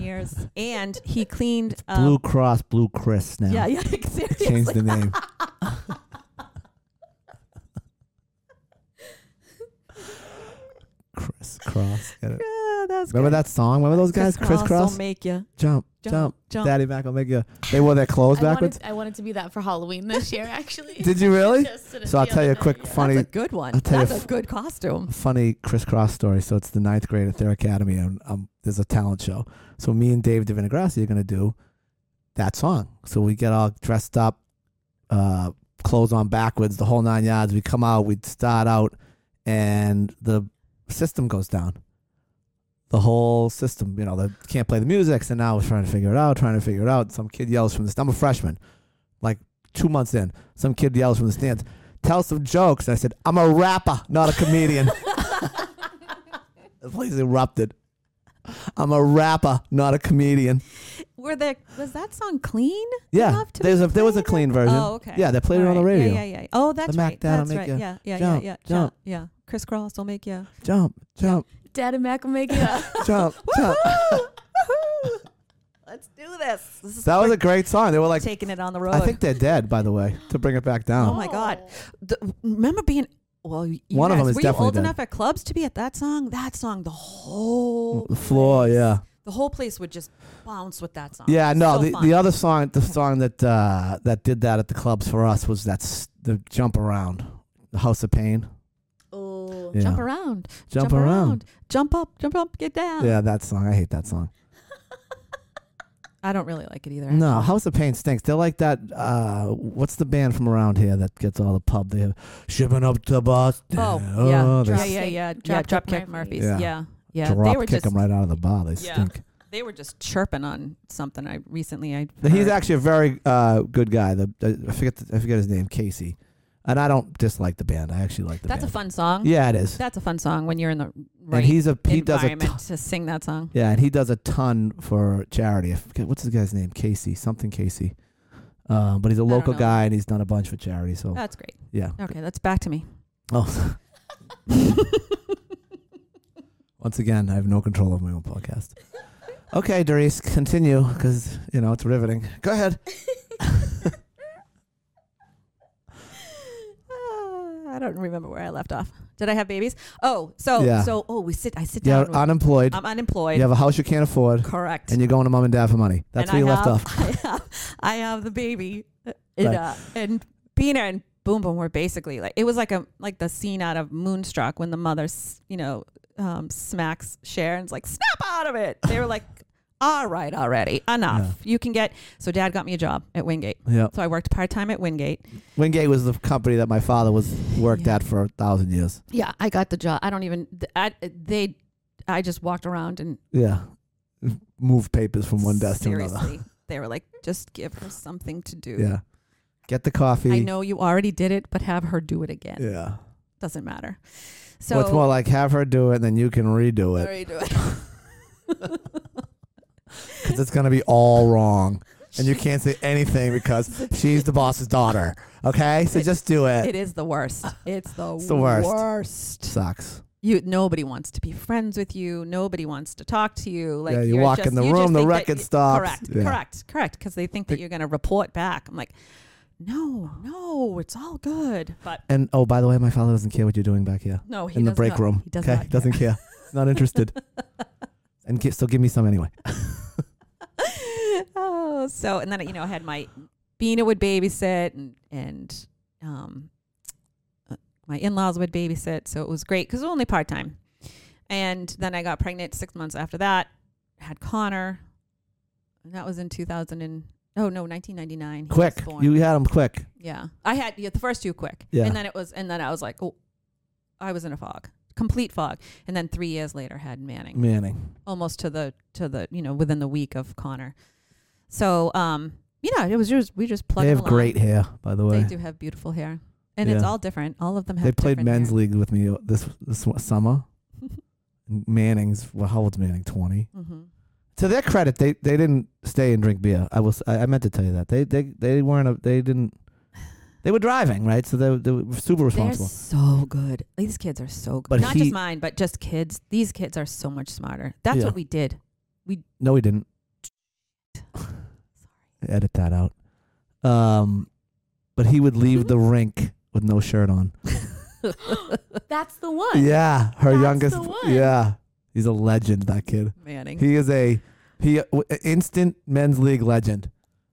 Speaker 3: years and he cleaned
Speaker 1: Blue Cross, Blue Chris now.
Speaker 3: Um, yeah yeah seriously
Speaker 1: Change the name. Chris Cross. Get it.
Speaker 3: Yeah, that's
Speaker 1: Remember
Speaker 3: good.
Speaker 1: that song? Remember those guys? Chris Cross?
Speaker 3: Don't make you
Speaker 1: Jump,
Speaker 3: jump,
Speaker 1: jump,
Speaker 3: jump.
Speaker 1: Daddy Mac will make you. They wore their clothes
Speaker 2: I wanted,
Speaker 1: backwards.
Speaker 2: to, I wanted to be that for Halloween this year, actually.
Speaker 1: Did you really?
Speaker 2: Just did it
Speaker 1: So I'll
Speaker 2: the
Speaker 1: tell you a
Speaker 2: other
Speaker 1: quick
Speaker 2: night, yeah.
Speaker 1: funny,
Speaker 3: That's a good one.
Speaker 1: I'll tell you
Speaker 3: That's
Speaker 1: f-
Speaker 3: a good costume.
Speaker 1: um, funny crisscross story. So it's the ninth grade at their academy, and um, there's a talent show. So me and Dave DeVinagrassi are gonna do that song. So we get all dressed up, uh, clothes on backwards, the whole nine yards. We come out, we start out, and the system goes down. The whole system, you know, they can't play the music. So now we're trying to figure it out, trying to figure it out. Some kid yells from the. I'm a freshman, like two months in. Some kid yells from the stands, tell some jokes. And I said, I'm a rapper, not a comedian. The place erupted. I'm a rapper, not a comedian.
Speaker 3: Were there was that song clean?
Speaker 1: Yeah,
Speaker 3: Enough to
Speaker 1: there's a there was a
Speaker 3: play
Speaker 1: clean version.
Speaker 3: Oh, okay.
Speaker 1: Yeah, they played it
Speaker 3: All
Speaker 1: on the
Speaker 3: right.
Speaker 1: radio.
Speaker 3: Yeah, yeah, yeah. Oh, that's
Speaker 1: Mac
Speaker 3: right.
Speaker 1: Dad'll
Speaker 3: That's
Speaker 1: make
Speaker 3: right.
Speaker 1: ya
Speaker 3: Yeah, yeah,
Speaker 1: jump,
Speaker 3: yeah, yeah,
Speaker 1: jump.
Speaker 3: yeah. Yeah. Chris Cross will make you.
Speaker 1: Jump, jump,
Speaker 2: Dad and Mac will make it up.
Speaker 1: jump, jump.
Speaker 3: Let's do this. This is
Speaker 1: That was a great song. They were like,
Speaker 3: taking it on the road.
Speaker 1: I think they're dead, by the way, to bring it back
Speaker 3: oh
Speaker 1: down.
Speaker 3: my god. The, remember being well, you
Speaker 1: One of
Speaker 3: guys,
Speaker 1: them is
Speaker 3: were
Speaker 1: definitely
Speaker 3: you old
Speaker 1: dead.
Speaker 3: enough at clubs to be at that song? That song, the whole
Speaker 1: The floor,
Speaker 3: place-
Speaker 1: yeah,
Speaker 3: The whole place would just bounce with that song.
Speaker 1: yeah. No,
Speaker 3: Oh, So
Speaker 1: the,
Speaker 3: fun.
Speaker 1: the other song, the song that uh, that did that at the clubs for us was that s- the jump around, the House of Pain,
Speaker 2: Oh.
Speaker 1: Yeah.
Speaker 3: Jump around.
Speaker 1: jump, around.
Speaker 3: Jump up, jump up, get down.
Speaker 1: Yeah, that song. I hate that song.
Speaker 3: I don't really like it either.
Speaker 1: No,
Speaker 3: actually.
Speaker 1: House of Pain stinks. They're like that. Uh, what's the band from around here that gets all the pub? They have shipping up to Boston.
Speaker 3: Oh, yeah.
Speaker 1: they
Speaker 2: Dropkick-
Speaker 3: yeah, yeah, yeah. yeah,
Speaker 2: Dropkick
Speaker 3: Dropkick
Speaker 2: Murphys.
Speaker 3: Murphys.
Speaker 1: Yeah.
Speaker 3: Yeah. Yeah.
Speaker 1: drop
Speaker 3: they were
Speaker 1: kick
Speaker 3: just
Speaker 1: them right out of the bar. They
Speaker 3: Yeah.
Speaker 1: stink.
Speaker 3: they were just chirping on something I recently I
Speaker 1: He's
Speaker 3: heard.
Speaker 1: actually a very uh, good guy. The, I forget the, I forget his name, Casey. And I don't dislike the band. I actually like the
Speaker 3: That's a
Speaker 1: band.
Speaker 3: fun song.
Speaker 1: yeah, it is.
Speaker 3: That's a fun song when you're in the
Speaker 1: and
Speaker 3: right
Speaker 1: he's a he does a
Speaker 3: environment
Speaker 1: ton,
Speaker 3: to sing that song.
Speaker 1: yeah, and he does a ton for charity. I forget, what's his guy's name? Casey something Casey. Um, but he's a
Speaker 3: don't
Speaker 1: local
Speaker 3: know.
Speaker 1: guy and he's done a bunch for charity. So
Speaker 3: That's great.
Speaker 1: yeah.
Speaker 3: Okay, that's back to me.
Speaker 1: Oh. Once again, I have no control over my own podcast. Okay, Doris, continue because you know it's riveting. Go ahead.
Speaker 3: Uh, I don't remember where I left off. Did I have babies? Oh, so
Speaker 1: Yeah.
Speaker 3: so oh, we sit. I sit
Speaker 1: You're
Speaker 3: down. with-
Speaker 1: unemployed.
Speaker 3: I'm unemployed.
Speaker 1: You have a house you can't afford,
Speaker 3: Correct.
Speaker 1: and you're going to mom and dad for money. That's
Speaker 3: and
Speaker 1: where you
Speaker 3: I
Speaker 1: left off.
Speaker 3: have, I have, I have the baby, and,
Speaker 1: Right.
Speaker 3: uh, and Bina and Boom Boom were basically like it was like a like the scene out of Moonstruck when the mother, s- you know, um, smacks Sharon's like snap out of it. They were like, all right, already enough. You can get. So Dad got me a job at Wingate.
Speaker 1: Yeah,
Speaker 3: So I worked part time at Wingate.
Speaker 1: Wingate was the company that my father was worked
Speaker 3: Yeah.
Speaker 1: at for a thousand years.
Speaker 3: Yeah, I got the job. I don't even. th- I, they, I just walked around and
Speaker 1: Yeah, move papers from one desk to another.
Speaker 3: seriously, they were like, just give her something to do.
Speaker 1: Yeah, get the coffee.
Speaker 3: I know you already did it, but have her do it again.
Speaker 1: Yeah,
Speaker 3: Doesn't matter. So
Speaker 1: so it's more like have her do it, and then you can redo it
Speaker 3: already do it.
Speaker 1: because it's gonna be all wrong. and you can't say anything because she's the boss's daughter. Okay, so just do it.
Speaker 3: It is the worst. It's the,
Speaker 1: the worst.
Speaker 3: worst.
Speaker 1: Sucks.
Speaker 3: You nobody wants to be friends with you. Nobody wants to talk to you. Like
Speaker 1: Yeah, you
Speaker 3: you're
Speaker 1: walk
Speaker 3: just-
Speaker 1: in the
Speaker 3: you just
Speaker 1: room, the
Speaker 3: think that
Speaker 1: record
Speaker 3: you-
Speaker 1: stops.
Speaker 3: Correct,
Speaker 1: Yeah.
Speaker 3: correct, correct. Because they think that you're going to report back. I'm like, no, no, it's all good. But
Speaker 1: And oh, by the way, my father doesn't care what you're doing back here
Speaker 3: no, he
Speaker 1: in the
Speaker 3: does
Speaker 1: break
Speaker 3: not-
Speaker 1: room.
Speaker 3: He does
Speaker 1: okay,
Speaker 3: not care.
Speaker 1: doesn't care. He's not interested. and gi- so give me some anyway.
Speaker 3: oh, so and then you know I had my Bina would babysit and and um, uh, my in laws would babysit, so it was great because it was only part time. And then I got pregnant six months after that. Had Connor. And that was in two thousand and oh no, nineteen ninety nine.
Speaker 1: quick, you had him quick.
Speaker 3: Yeah, I had yeah, the first two quick,
Speaker 1: Yeah.
Speaker 3: and then it was, and then I was like, oh, I was in a fog, complete fog, and then three years later had Manning,
Speaker 1: Manning.
Speaker 3: almost to the to the you know within the week of Connor. So um, yeah, it was just we just plugged.
Speaker 1: They have great hair, by the
Speaker 3: They
Speaker 1: way.
Speaker 3: do have beautiful hair, and it's
Speaker 1: Yeah.
Speaker 3: all different. All of them have.
Speaker 1: They played
Speaker 3: different hair.
Speaker 1: men's league with me this this summer. Manning's well, how old's Manning? Twenty.
Speaker 3: Mhm.
Speaker 1: To their credit, they, they didn't stay and drink beer. I was I, I meant to tell you that they they they weren't a, they didn't they were driving right, so they, were- they were super
Speaker 3: They're
Speaker 1: responsible.
Speaker 3: so good. These kids are so good.
Speaker 1: But
Speaker 3: Not
Speaker 1: he-
Speaker 3: just mine, but just kids. These kids are so much smarter. That's
Speaker 1: Yeah.
Speaker 3: what we did.
Speaker 1: No, we didn't. Edit that out. Um, but he would leave the rink with no shirt on.
Speaker 2: That's the one.
Speaker 1: Yeah, her
Speaker 2: That's
Speaker 1: youngest.
Speaker 2: the one.
Speaker 1: Yeah, he's a legend. That kid.
Speaker 3: Manning.
Speaker 1: He is a he w- instant men's league legend.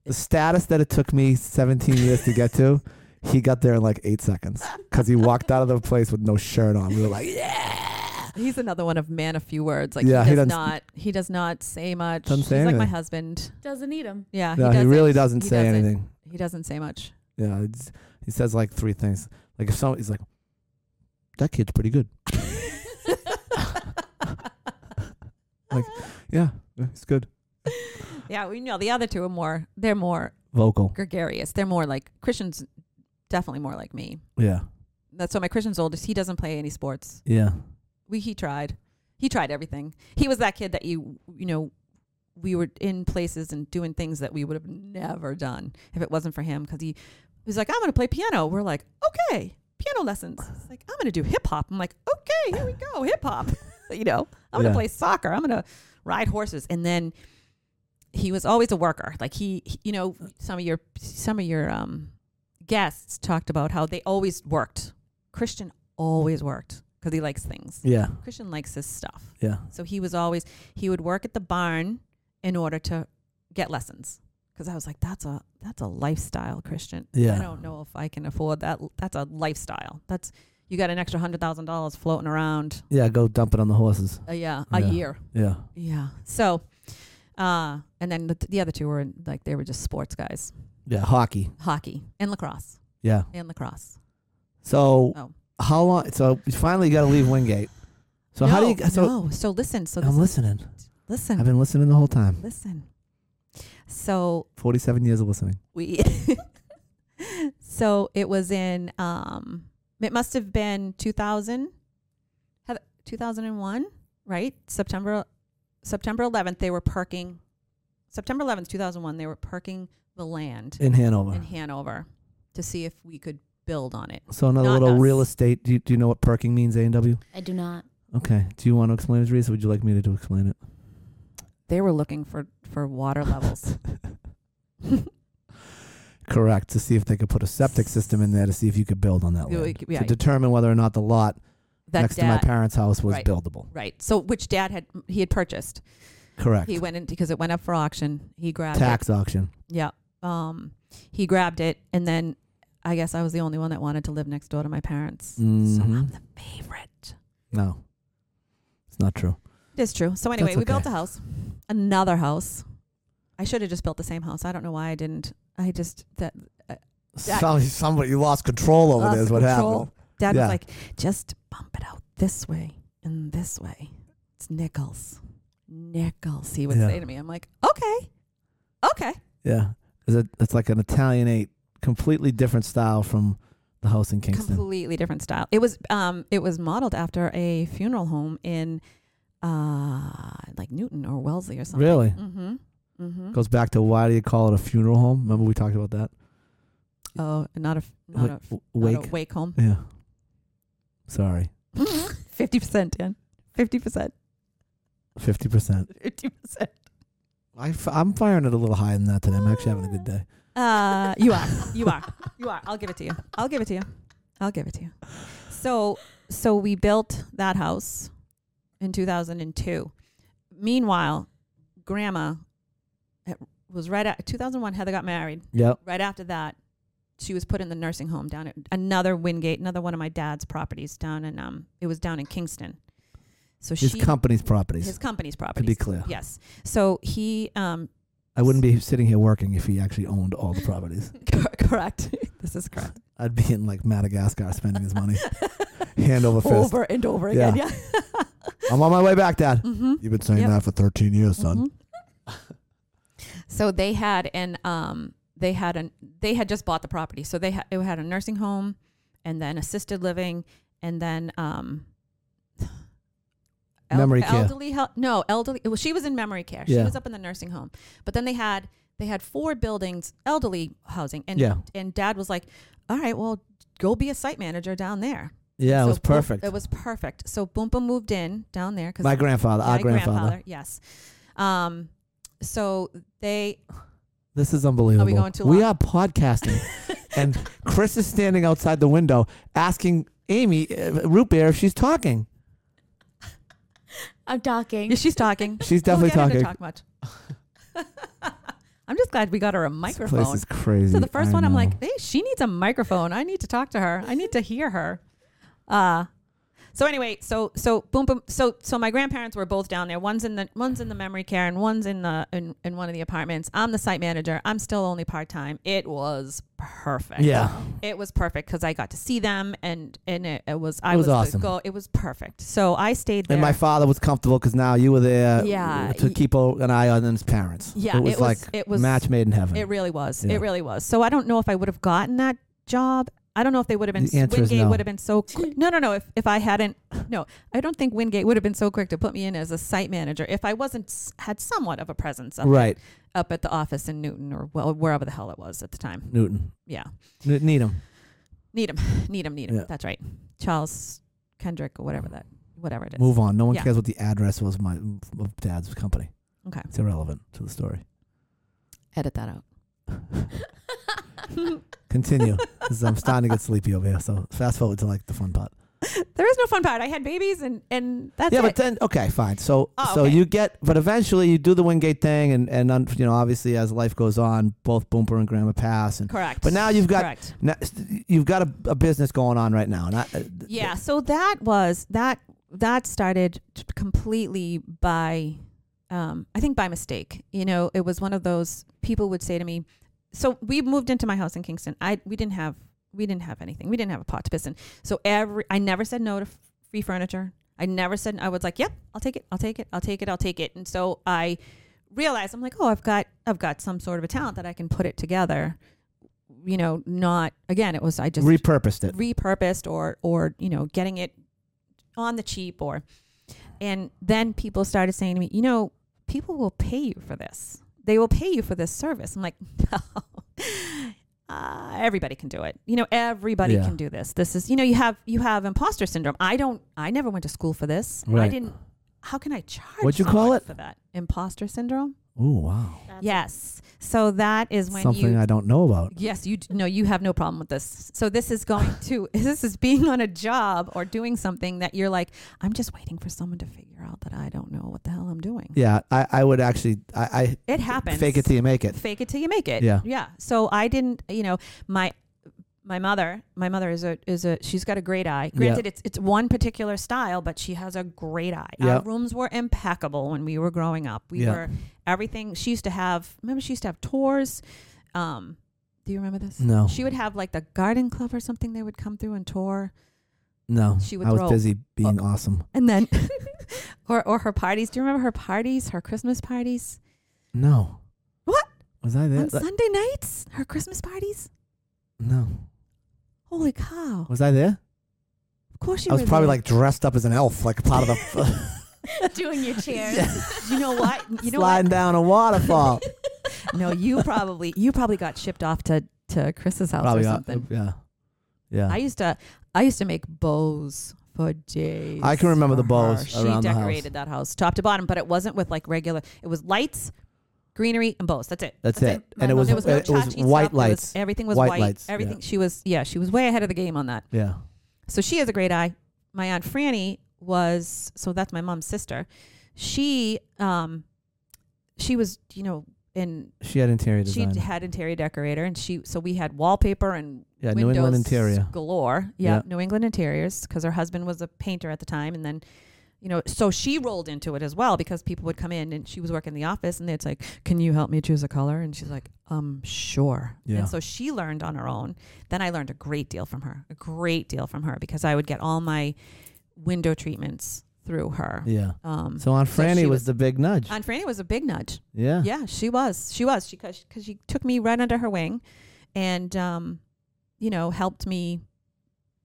Speaker 1: The status that it took me 17 years to get to, he got there in like eight seconds because he walked out of the place with no shirt on. We were like, yeah.
Speaker 3: He's another one of man a few words. Like
Speaker 1: Yeah,
Speaker 3: he
Speaker 1: he
Speaker 3: does
Speaker 1: doesn't-
Speaker 3: not he does not say much.
Speaker 1: Doesn't say
Speaker 3: He's like my
Speaker 1: anything.
Speaker 3: husband.
Speaker 2: Doesn't need him.
Speaker 3: Yeah,
Speaker 1: no, he,
Speaker 3: Uh, doesn't-
Speaker 1: really doesn't say
Speaker 3: doesn't.
Speaker 1: anything.
Speaker 3: He doesn't say much.
Speaker 1: Yeah, it's, he says like three things. Like if someone, he's like, that kid's pretty good. Like- Yeah, yeah, he's good.
Speaker 3: yeah, we know the other two are more. They're more
Speaker 1: Vocal.
Speaker 3: gregarious. They're more like Christian's definitely more like me.
Speaker 1: Yeah,
Speaker 3: That's why my Christian's oldest. He doesn't play any sports.
Speaker 1: yeah.
Speaker 3: We he tried. He tried everything. He was that kid that you you know we were in places and doing things that we would have never done if it wasn't for him because he was like, I'm going to play piano. We're like, okay, piano lessons. It's like, I'm going to do hip hop. I'm like, okay, here we go, hip hop. you know, I'm going to
Speaker 1: Yeah.
Speaker 3: play soccer. I'm going to ride horses. And then he was always a worker. Like he, he- you know, some of your some of your um, guests talked about how they always worked. Christian always worked because he likes things.
Speaker 1: Yeah,
Speaker 3: Christian likes his stuff.
Speaker 1: yeah.
Speaker 3: So he was always he would work at the barn in order to get lessons because I was like that's a that's a lifestyle Christian. I
Speaker 1: Yeah.
Speaker 3: don't know if I can afford that. That's a lifestyle. That's you got an extra hundred thousand dollars floating around.
Speaker 1: Yeah, go dump it on the horses.
Speaker 3: Uh, yeah, a
Speaker 1: Yeah.
Speaker 3: year.
Speaker 1: Yeah.
Speaker 3: Yeah. So, uh, and then the, the other two were like they were just sports guys,
Speaker 1: Yeah, hockey.
Speaker 3: hockey and lacrosse
Speaker 1: Yeah.
Speaker 3: and lacrosse.
Speaker 1: So
Speaker 3: Oh.
Speaker 1: how long? So you finally got to leave Wingate. So how do
Speaker 3: No,
Speaker 1: you? So
Speaker 3: no. So listen. So this
Speaker 1: I'm
Speaker 3: is-
Speaker 1: listening. I've
Speaker 3: listen.
Speaker 1: been listening the whole time.
Speaker 3: Listen. So
Speaker 1: 47 years of listening.
Speaker 3: we so it was in um it must have been 2000 Heath- 2001 right september september 11th they were parking september 11th 2001 they were parking the land
Speaker 1: In Hanover.
Speaker 3: in hanover to see if we could build on it
Speaker 1: so another
Speaker 3: not
Speaker 1: little
Speaker 3: us.
Speaker 1: real estate. Do you, do you know what parking means, A&W?
Speaker 2: I do not.
Speaker 1: Okay. Do you want to explain it, Teresa? or Would you like me to, do explain it?
Speaker 3: they were looking for for water levels
Speaker 1: Correct. To see if they could put a septic system in there to see if you could build on that
Speaker 3: Yeah,
Speaker 1: land.
Speaker 3: yeah.
Speaker 1: To determine whether or not the lot
Speaker 3: that
Speaker 1: next
Speaker 3: dad,
Speaker 1: to my parents' house was
Speaker 3: Right.
Speaker 1: buildable.
Speaker 3: right so which dad had he had purchased
Speaker 1: Correct.
Speaker 3: he went in because it went up for auction he grabbed it.
Speaker 1: Tax auction.
Speaker 3: Yeah. Um, he grabbed it, and then I guess I was the only one that wanted to live next door to my parents. So I'm
Speaker 1: Mhm.
Speaker 3: the favorite.
Speaker 1: No. It's not true.
Speaker 3: It is true. So anyway,
Speaker 1: That's
Speaker 3: we built
Speaker 1: okay.
Speaker 3: a house, another house. I should have just built the same house. I don't know why I didn't. I just that That-
Speaker 1: Some, somebody you lost control over
Speaker 3: Lost
Speaker 1: this. What
Speaker 3: control.
Speaker 1: happened?
Speaker 3: dad
Speaker 1: Yeah.
Speaker 3: was like, just bump it out this way and this way. It's nickels, nickels. He would
Speaker 1: Yeah.
Speaker 3: say to me, I'm like, okay, okay.
Speaker 1: Yeah. It's, a, it's like an Italianate, completely different style from the house in Kingston.
Speaker 3: completely different style. It was um it was modeled after a funeral home in uh like Newton or Wellesley or something.
Speaker 1: Really?
Speaker 3: Mm-hmm. Mm-hmm.
Speaker 1: Goes back to why do you call it a funeral home? Remember we talked about that?
Speaker 3: Oh, not a f- not
Speaker 1: Like,
Speaker 3: a f-
Speaker 1: w-
Speaker 3: not
Speaker 1: wake.
Speaker 3: a wake home.
Speaker 1: Yeah. Sorry.
Speaker 3: Fifty percent, Dan. Fifty percent.
Speaker 1: 50%.
Speaker 3: Fifty percent.
Speaker 1: I f- I'm firing it a little higher than that today. I'm actually having a good day.
Speaker 3: Uh, you are. You are. You are. I'll give it to you. I'll give it to you. I'll give it to you. So so we built that house in 2002. Meanwhile, grandma uh, was right at 2001 Heather got married.
Speaker 1: Yep.
Speaker 3: Right after that, she was put in the nursing home down at another Wingate, another one of my dad's properties down in um it was down in Kingston. So
Speaker 1: His
Speaker 3: she
Speaker 1: company's properties.
Speaker 3: his company's
Speaker 1: to
Speaker 3: properties.
Speaker 1: be clear,
Speaker 3: Yes. So he um
Speaker 1: I wouldn't be sitting here working if he actually owned all the properties.
Speaker 3: Cor- correct. this is correct.
Speaker 1: I'd be in like Madagascar spending his money hand over fist.
Speaker 3: over and over again. Yeah.
Speaker 1: I'm on my way back, Dad.
Speaker 3: hmm
Speaker 1: You've been saying
Speaker 3: Yep. Mm-hmm.
Speaker 1: that for 13 years,
Speaker 3: so they had an um they had an they had just bought the property. So they had it had a nursing home and then assisted living and then um el-
Speaker 1: Memory care.
Speaker 3: elderly hel- no elderly well, she was in memory care she
Speaker 1: Yeah.
Speaker 3: was up in the nursing home but then they had they had four buildings elderly housing and
Speaker 1: Yeah.
Speaker 3: and dad was like all right well go be a site manager down there
Speaker 1: Yeah, it
Speaker 3: So
Speaker 1: was
Speaker 3: Boom-
Speaker 1: perfect.
Speaker 3: it was perfect. So Boompa moved in down there because
Speaker 1: my grandfather, our grandfather.
Speaker 3: Yes. Um. So they.
Speaker 1: This is unbelievable.
Speaker 3: going too
Speaker 1: We
Speaker 3: long?
Speaker 1: are podcasting, and Chris is standing outside the window asking Amy uh, Root Beer if she's talking.
Speaker 2: I'm
Speaker 3: Yeah,
Speaker 2: talking.
Speaker 3: she's talking.
Speaker 1: She's definitely
Speaker 3: We'll get her
Speaker 1: talking.
Speaker 3: to talk much. I'm just glad we got her a
Speaker 1: This
Speaker 3: microphone.
Speaker 1: place is crazy.
Speaker 3: So the first
Speaker 1: I
Speaker 3: one, I'm
Speaker 1: know.
Speaker 3: like, hey, she needs a microphone. I need to talk to her. I need to hear her. Uh so anyway, so so boom boom. So so my grandparents were both down there. One's in the one's in the memory care, and one's in the in, in one of the apartments. I'm the site manager. I'm still only part time. It was perfect.
Speaker 1: yeah,
Speaker 3: it was perfect because I got to see them, and and it, it was I
Speaker 1: It was
Speaker 3: was, the
Speaker 1: awesome.
Speaker 3: go. It was perfect. So I stayed there.
Speaker 1: and my father was comfortable because now you were there.
Speaker 3: Yeah,
Speaker 1: to
Speaker 3: y-
Speaker 1: keep o- an eye on his parents.
Speaker 3: Yeah,
Speaker 1: it was
Speaker 3: it was-
Speaker 1: like
Speaker 3: it was-
Speaker 1: match made in heaven.
Speaker 3: It really was.
Speaker 1: Yeah.
Speaker 3: It really was. So I don't know if I would have gotten that job. I don't know if they would have been.
Speaker 1: The answer is
Speaker 3: Wingate
Speaker 1: no.
Speaker 3: would have been so. Quick. No, no, no. If if I hadn't, no, I don't think Wingate would have been so quick to put me in as a site manager if I wasn't s- had somewhat of a presence up
Speaker 1: right,
Speaker 3: up at the office in Newton or well wherever the hell it was at the time.
Speaker 1: Newton,
Speaker 3: Yeah,
Speaker 1: N- Needham.
Speaker 3: Needham, Needham, Needham.
Speaker 1: Yeah.
Speaker 3: That's right. Charles Kendrick or whatever that whatever it is.
Speaker 1: Move on. No one
Speaker 3: Yeah.
Speaker 1: cares what the address was. Of my of dad's company.
Speaker 3: Okay,
Speaker 1: It's irrelevant to the story.
Speaker 3: edit that out.
Speaker 1: Continue, because I'm starting to get sleepy over here. So fast forward to like the fun part.
Speaker 3: There is no fun part. I had babies and and that's
Speaker 1: yeah,
Speaker 3: it.
Speaker 1: but then okay, fine. So
Speaker 3: Oh,
Speaker 1: so
Speaker 3: okay.
Speaker 1: you get, but eventually you do the Wingate thing, and and un, you know obviously as life goes on, both Boomer and Grandma pass, and
Speaker 3: Correct.
Speaker 1: But now you've got-
Speaker 3: Correct.
Speaker 1: now, you've got a, a business going on right now. And I, uh,
Speaker 3: Yeah. So that was that that started t- completely by um, I think by mistake. You know, it was one of those people would say to me. So we moved into my house in Kingston. I we didn't have we didn't have anything. We didn't have a pot to piss in. So every I never said no to f- free furniture. I never said I was like, yep, I'll take it. I'll take it. I'll take it. I'll take it. And so I realized I'm like, oh, I've got I've got some sort of a talent that I can put it together. You know, not again. It was I just
Speaker 1: repurposed it.
Speaker 3: repurposed or or you know getting it on the cheap or and then people started saying to me you know people will pay you for this they will pay you for this service i'm like no uh, everybody can do it you know everybody
Speaker 1: Yeah.
Speaker 3: can do this this is you know you have you have imposter syndrome i don't i never went to school for this i
Speaker 1: Right.
Speaker 3: didn't how can i charge
Speaker 1: What'd you call
Speaker 3: someone
Speaker 1: it?
Speaker 3: for that imposter syndrome
Speaker 1: Ooh, wow,
Speaker 3: yes so that is when
Speaker 1: something
Speaker 3: you
Speaker 1: I don't know about.
Speaker 3: Yes, you d- no, you have no problem with this. So this is going to this is being on a job or doing something that you're like, I'm just waiting for someone to figure out that I don't know what the hell I'm doing.
Speaker 1: Yeah, I, I would actually, I,
Speaker 3: It
Speaker 1: I
Speaker 3: happens.
Speaker 1: fake it till you make it.
Speaker 3: Fake it till you make it.
Speaker 1: Yeah.
Speaker 3: Yeah. So I didn't, you know, my my mother, my mother is a is a she's got a great eye. Granted, it's it's one particular style, but she has a great eye.
Speaker 1: Yeah.
Speaker 3: Our rooms were impeccable when we were growing up. We
Speaker 1: Yeah.
Speaker 3: were everything. She used to have. Remember, she used to have tours. Um, do you remember this?
Speaker 1: No.
Speaker 3: She would have like the garden club or something. They would come through and tour,
Speaker 1: No,
Speaker 3: She Oh. would
Speaker 1: I was
Speaker 3: throw-
Speaker 1: busy being awesome.
Speaker 3: and then, or or her parties. Do you remember her parties? Her Christmas parties
Speaker 1: No,
Speaker 3: What?
Speaker 1: was I there?
Speaker 3: on Sunday nights. Her Christmas parties.
Speaker 1: no,
Speaker 3: Holy cow!
Speaker 1: was I there?
Speaker 3: Of course, you
Speaker 1: I was
Speaker 3: were
Speaker 1: probably
Speaker 3: there.
Speaker 1: like dressed up as an elf, like part of the
Speaker 2: Doing your chairs.
Speaker 3: you know what? You know
Speaker 1: sliding
Speaker 3: what?
Speaker 1: down a waterfall.
Speaker 3: No, you probably you probably got shipped off to to Chris's house
Speaker 1: probably,
Speaker 3: or
Speaker 1: uh,
Speaker 3: something.
Speaker 1: yeah, yeah.
Speaker 3: I used to I used to make bows for days.
Speaker 1: I can remember
Speaker 3: for
Speaker 1: the bows
Speaker 3: her. She
Speaker 1: around the house.
Speaker 3: decorated that house top to bottom, but it wasn't with like regular. It was lights, greenery, and bows. That's it.
Speaker 1: That's it.
Speaker 3: My
Speaker 1: And it
Speaker 3: mom-
Speaker 1: was- uh,
Speaker 3: there was no
Speaker 1: it was
Speaker 3: tchotchke
Speaker 1: white
Speaker 3: stuff. There
Speaker 1: lights.
Speaker 3: everything was
Speaker 1: White
Speaker 3: white.
Speaker 1: lights, yeah.
Speaker 3: Everything. She was yeah. She was way ahead of the game on that.
Speaker 1: Yeah.
Speaker 3: So she has a great eye. My aunt Franny was so that's my mom's sister. She um she was, you know, in
Speaker 1: She had interior
Speaker 3: she
Speaker 1: design.
Speaker 3: had interior decorator and she so we had wallpaper and
Speaker 1: yeah,
Speaker 3: windows
Speaker 1: New England interior.
Speaker 3: galore. Yeah,
Speaker 1: Yeah.
Speaker 3: New England interiors because her husband was a painter at the time, and then. You know, so she rolled into it as well because people would come in and she was working in the office and it's like, "Can you help me choose a color?" And she's like, "Um, sure."
Speaker 1: Yeah.
Speaker 3: And so she learned on her own. Then I learned a great deal from her, a great deal from her because I would get all my window treatments through her.
Speaker 1: Yeah.
Speaker 3: Um,
Speaker 1: So Aunt
Speaker 3: So
Speaker 1: Franny
Speaker 3: she
Speaker 1: was,
Speaker 3: was-
Speaker 1: the big nudge.
Speaker 3: Aunt Franny was a big nudge.
Speaker 1: yeah.
Speaker 3: Yeah, she was. She was. She because she took me right under her wing, and um, you know, helped me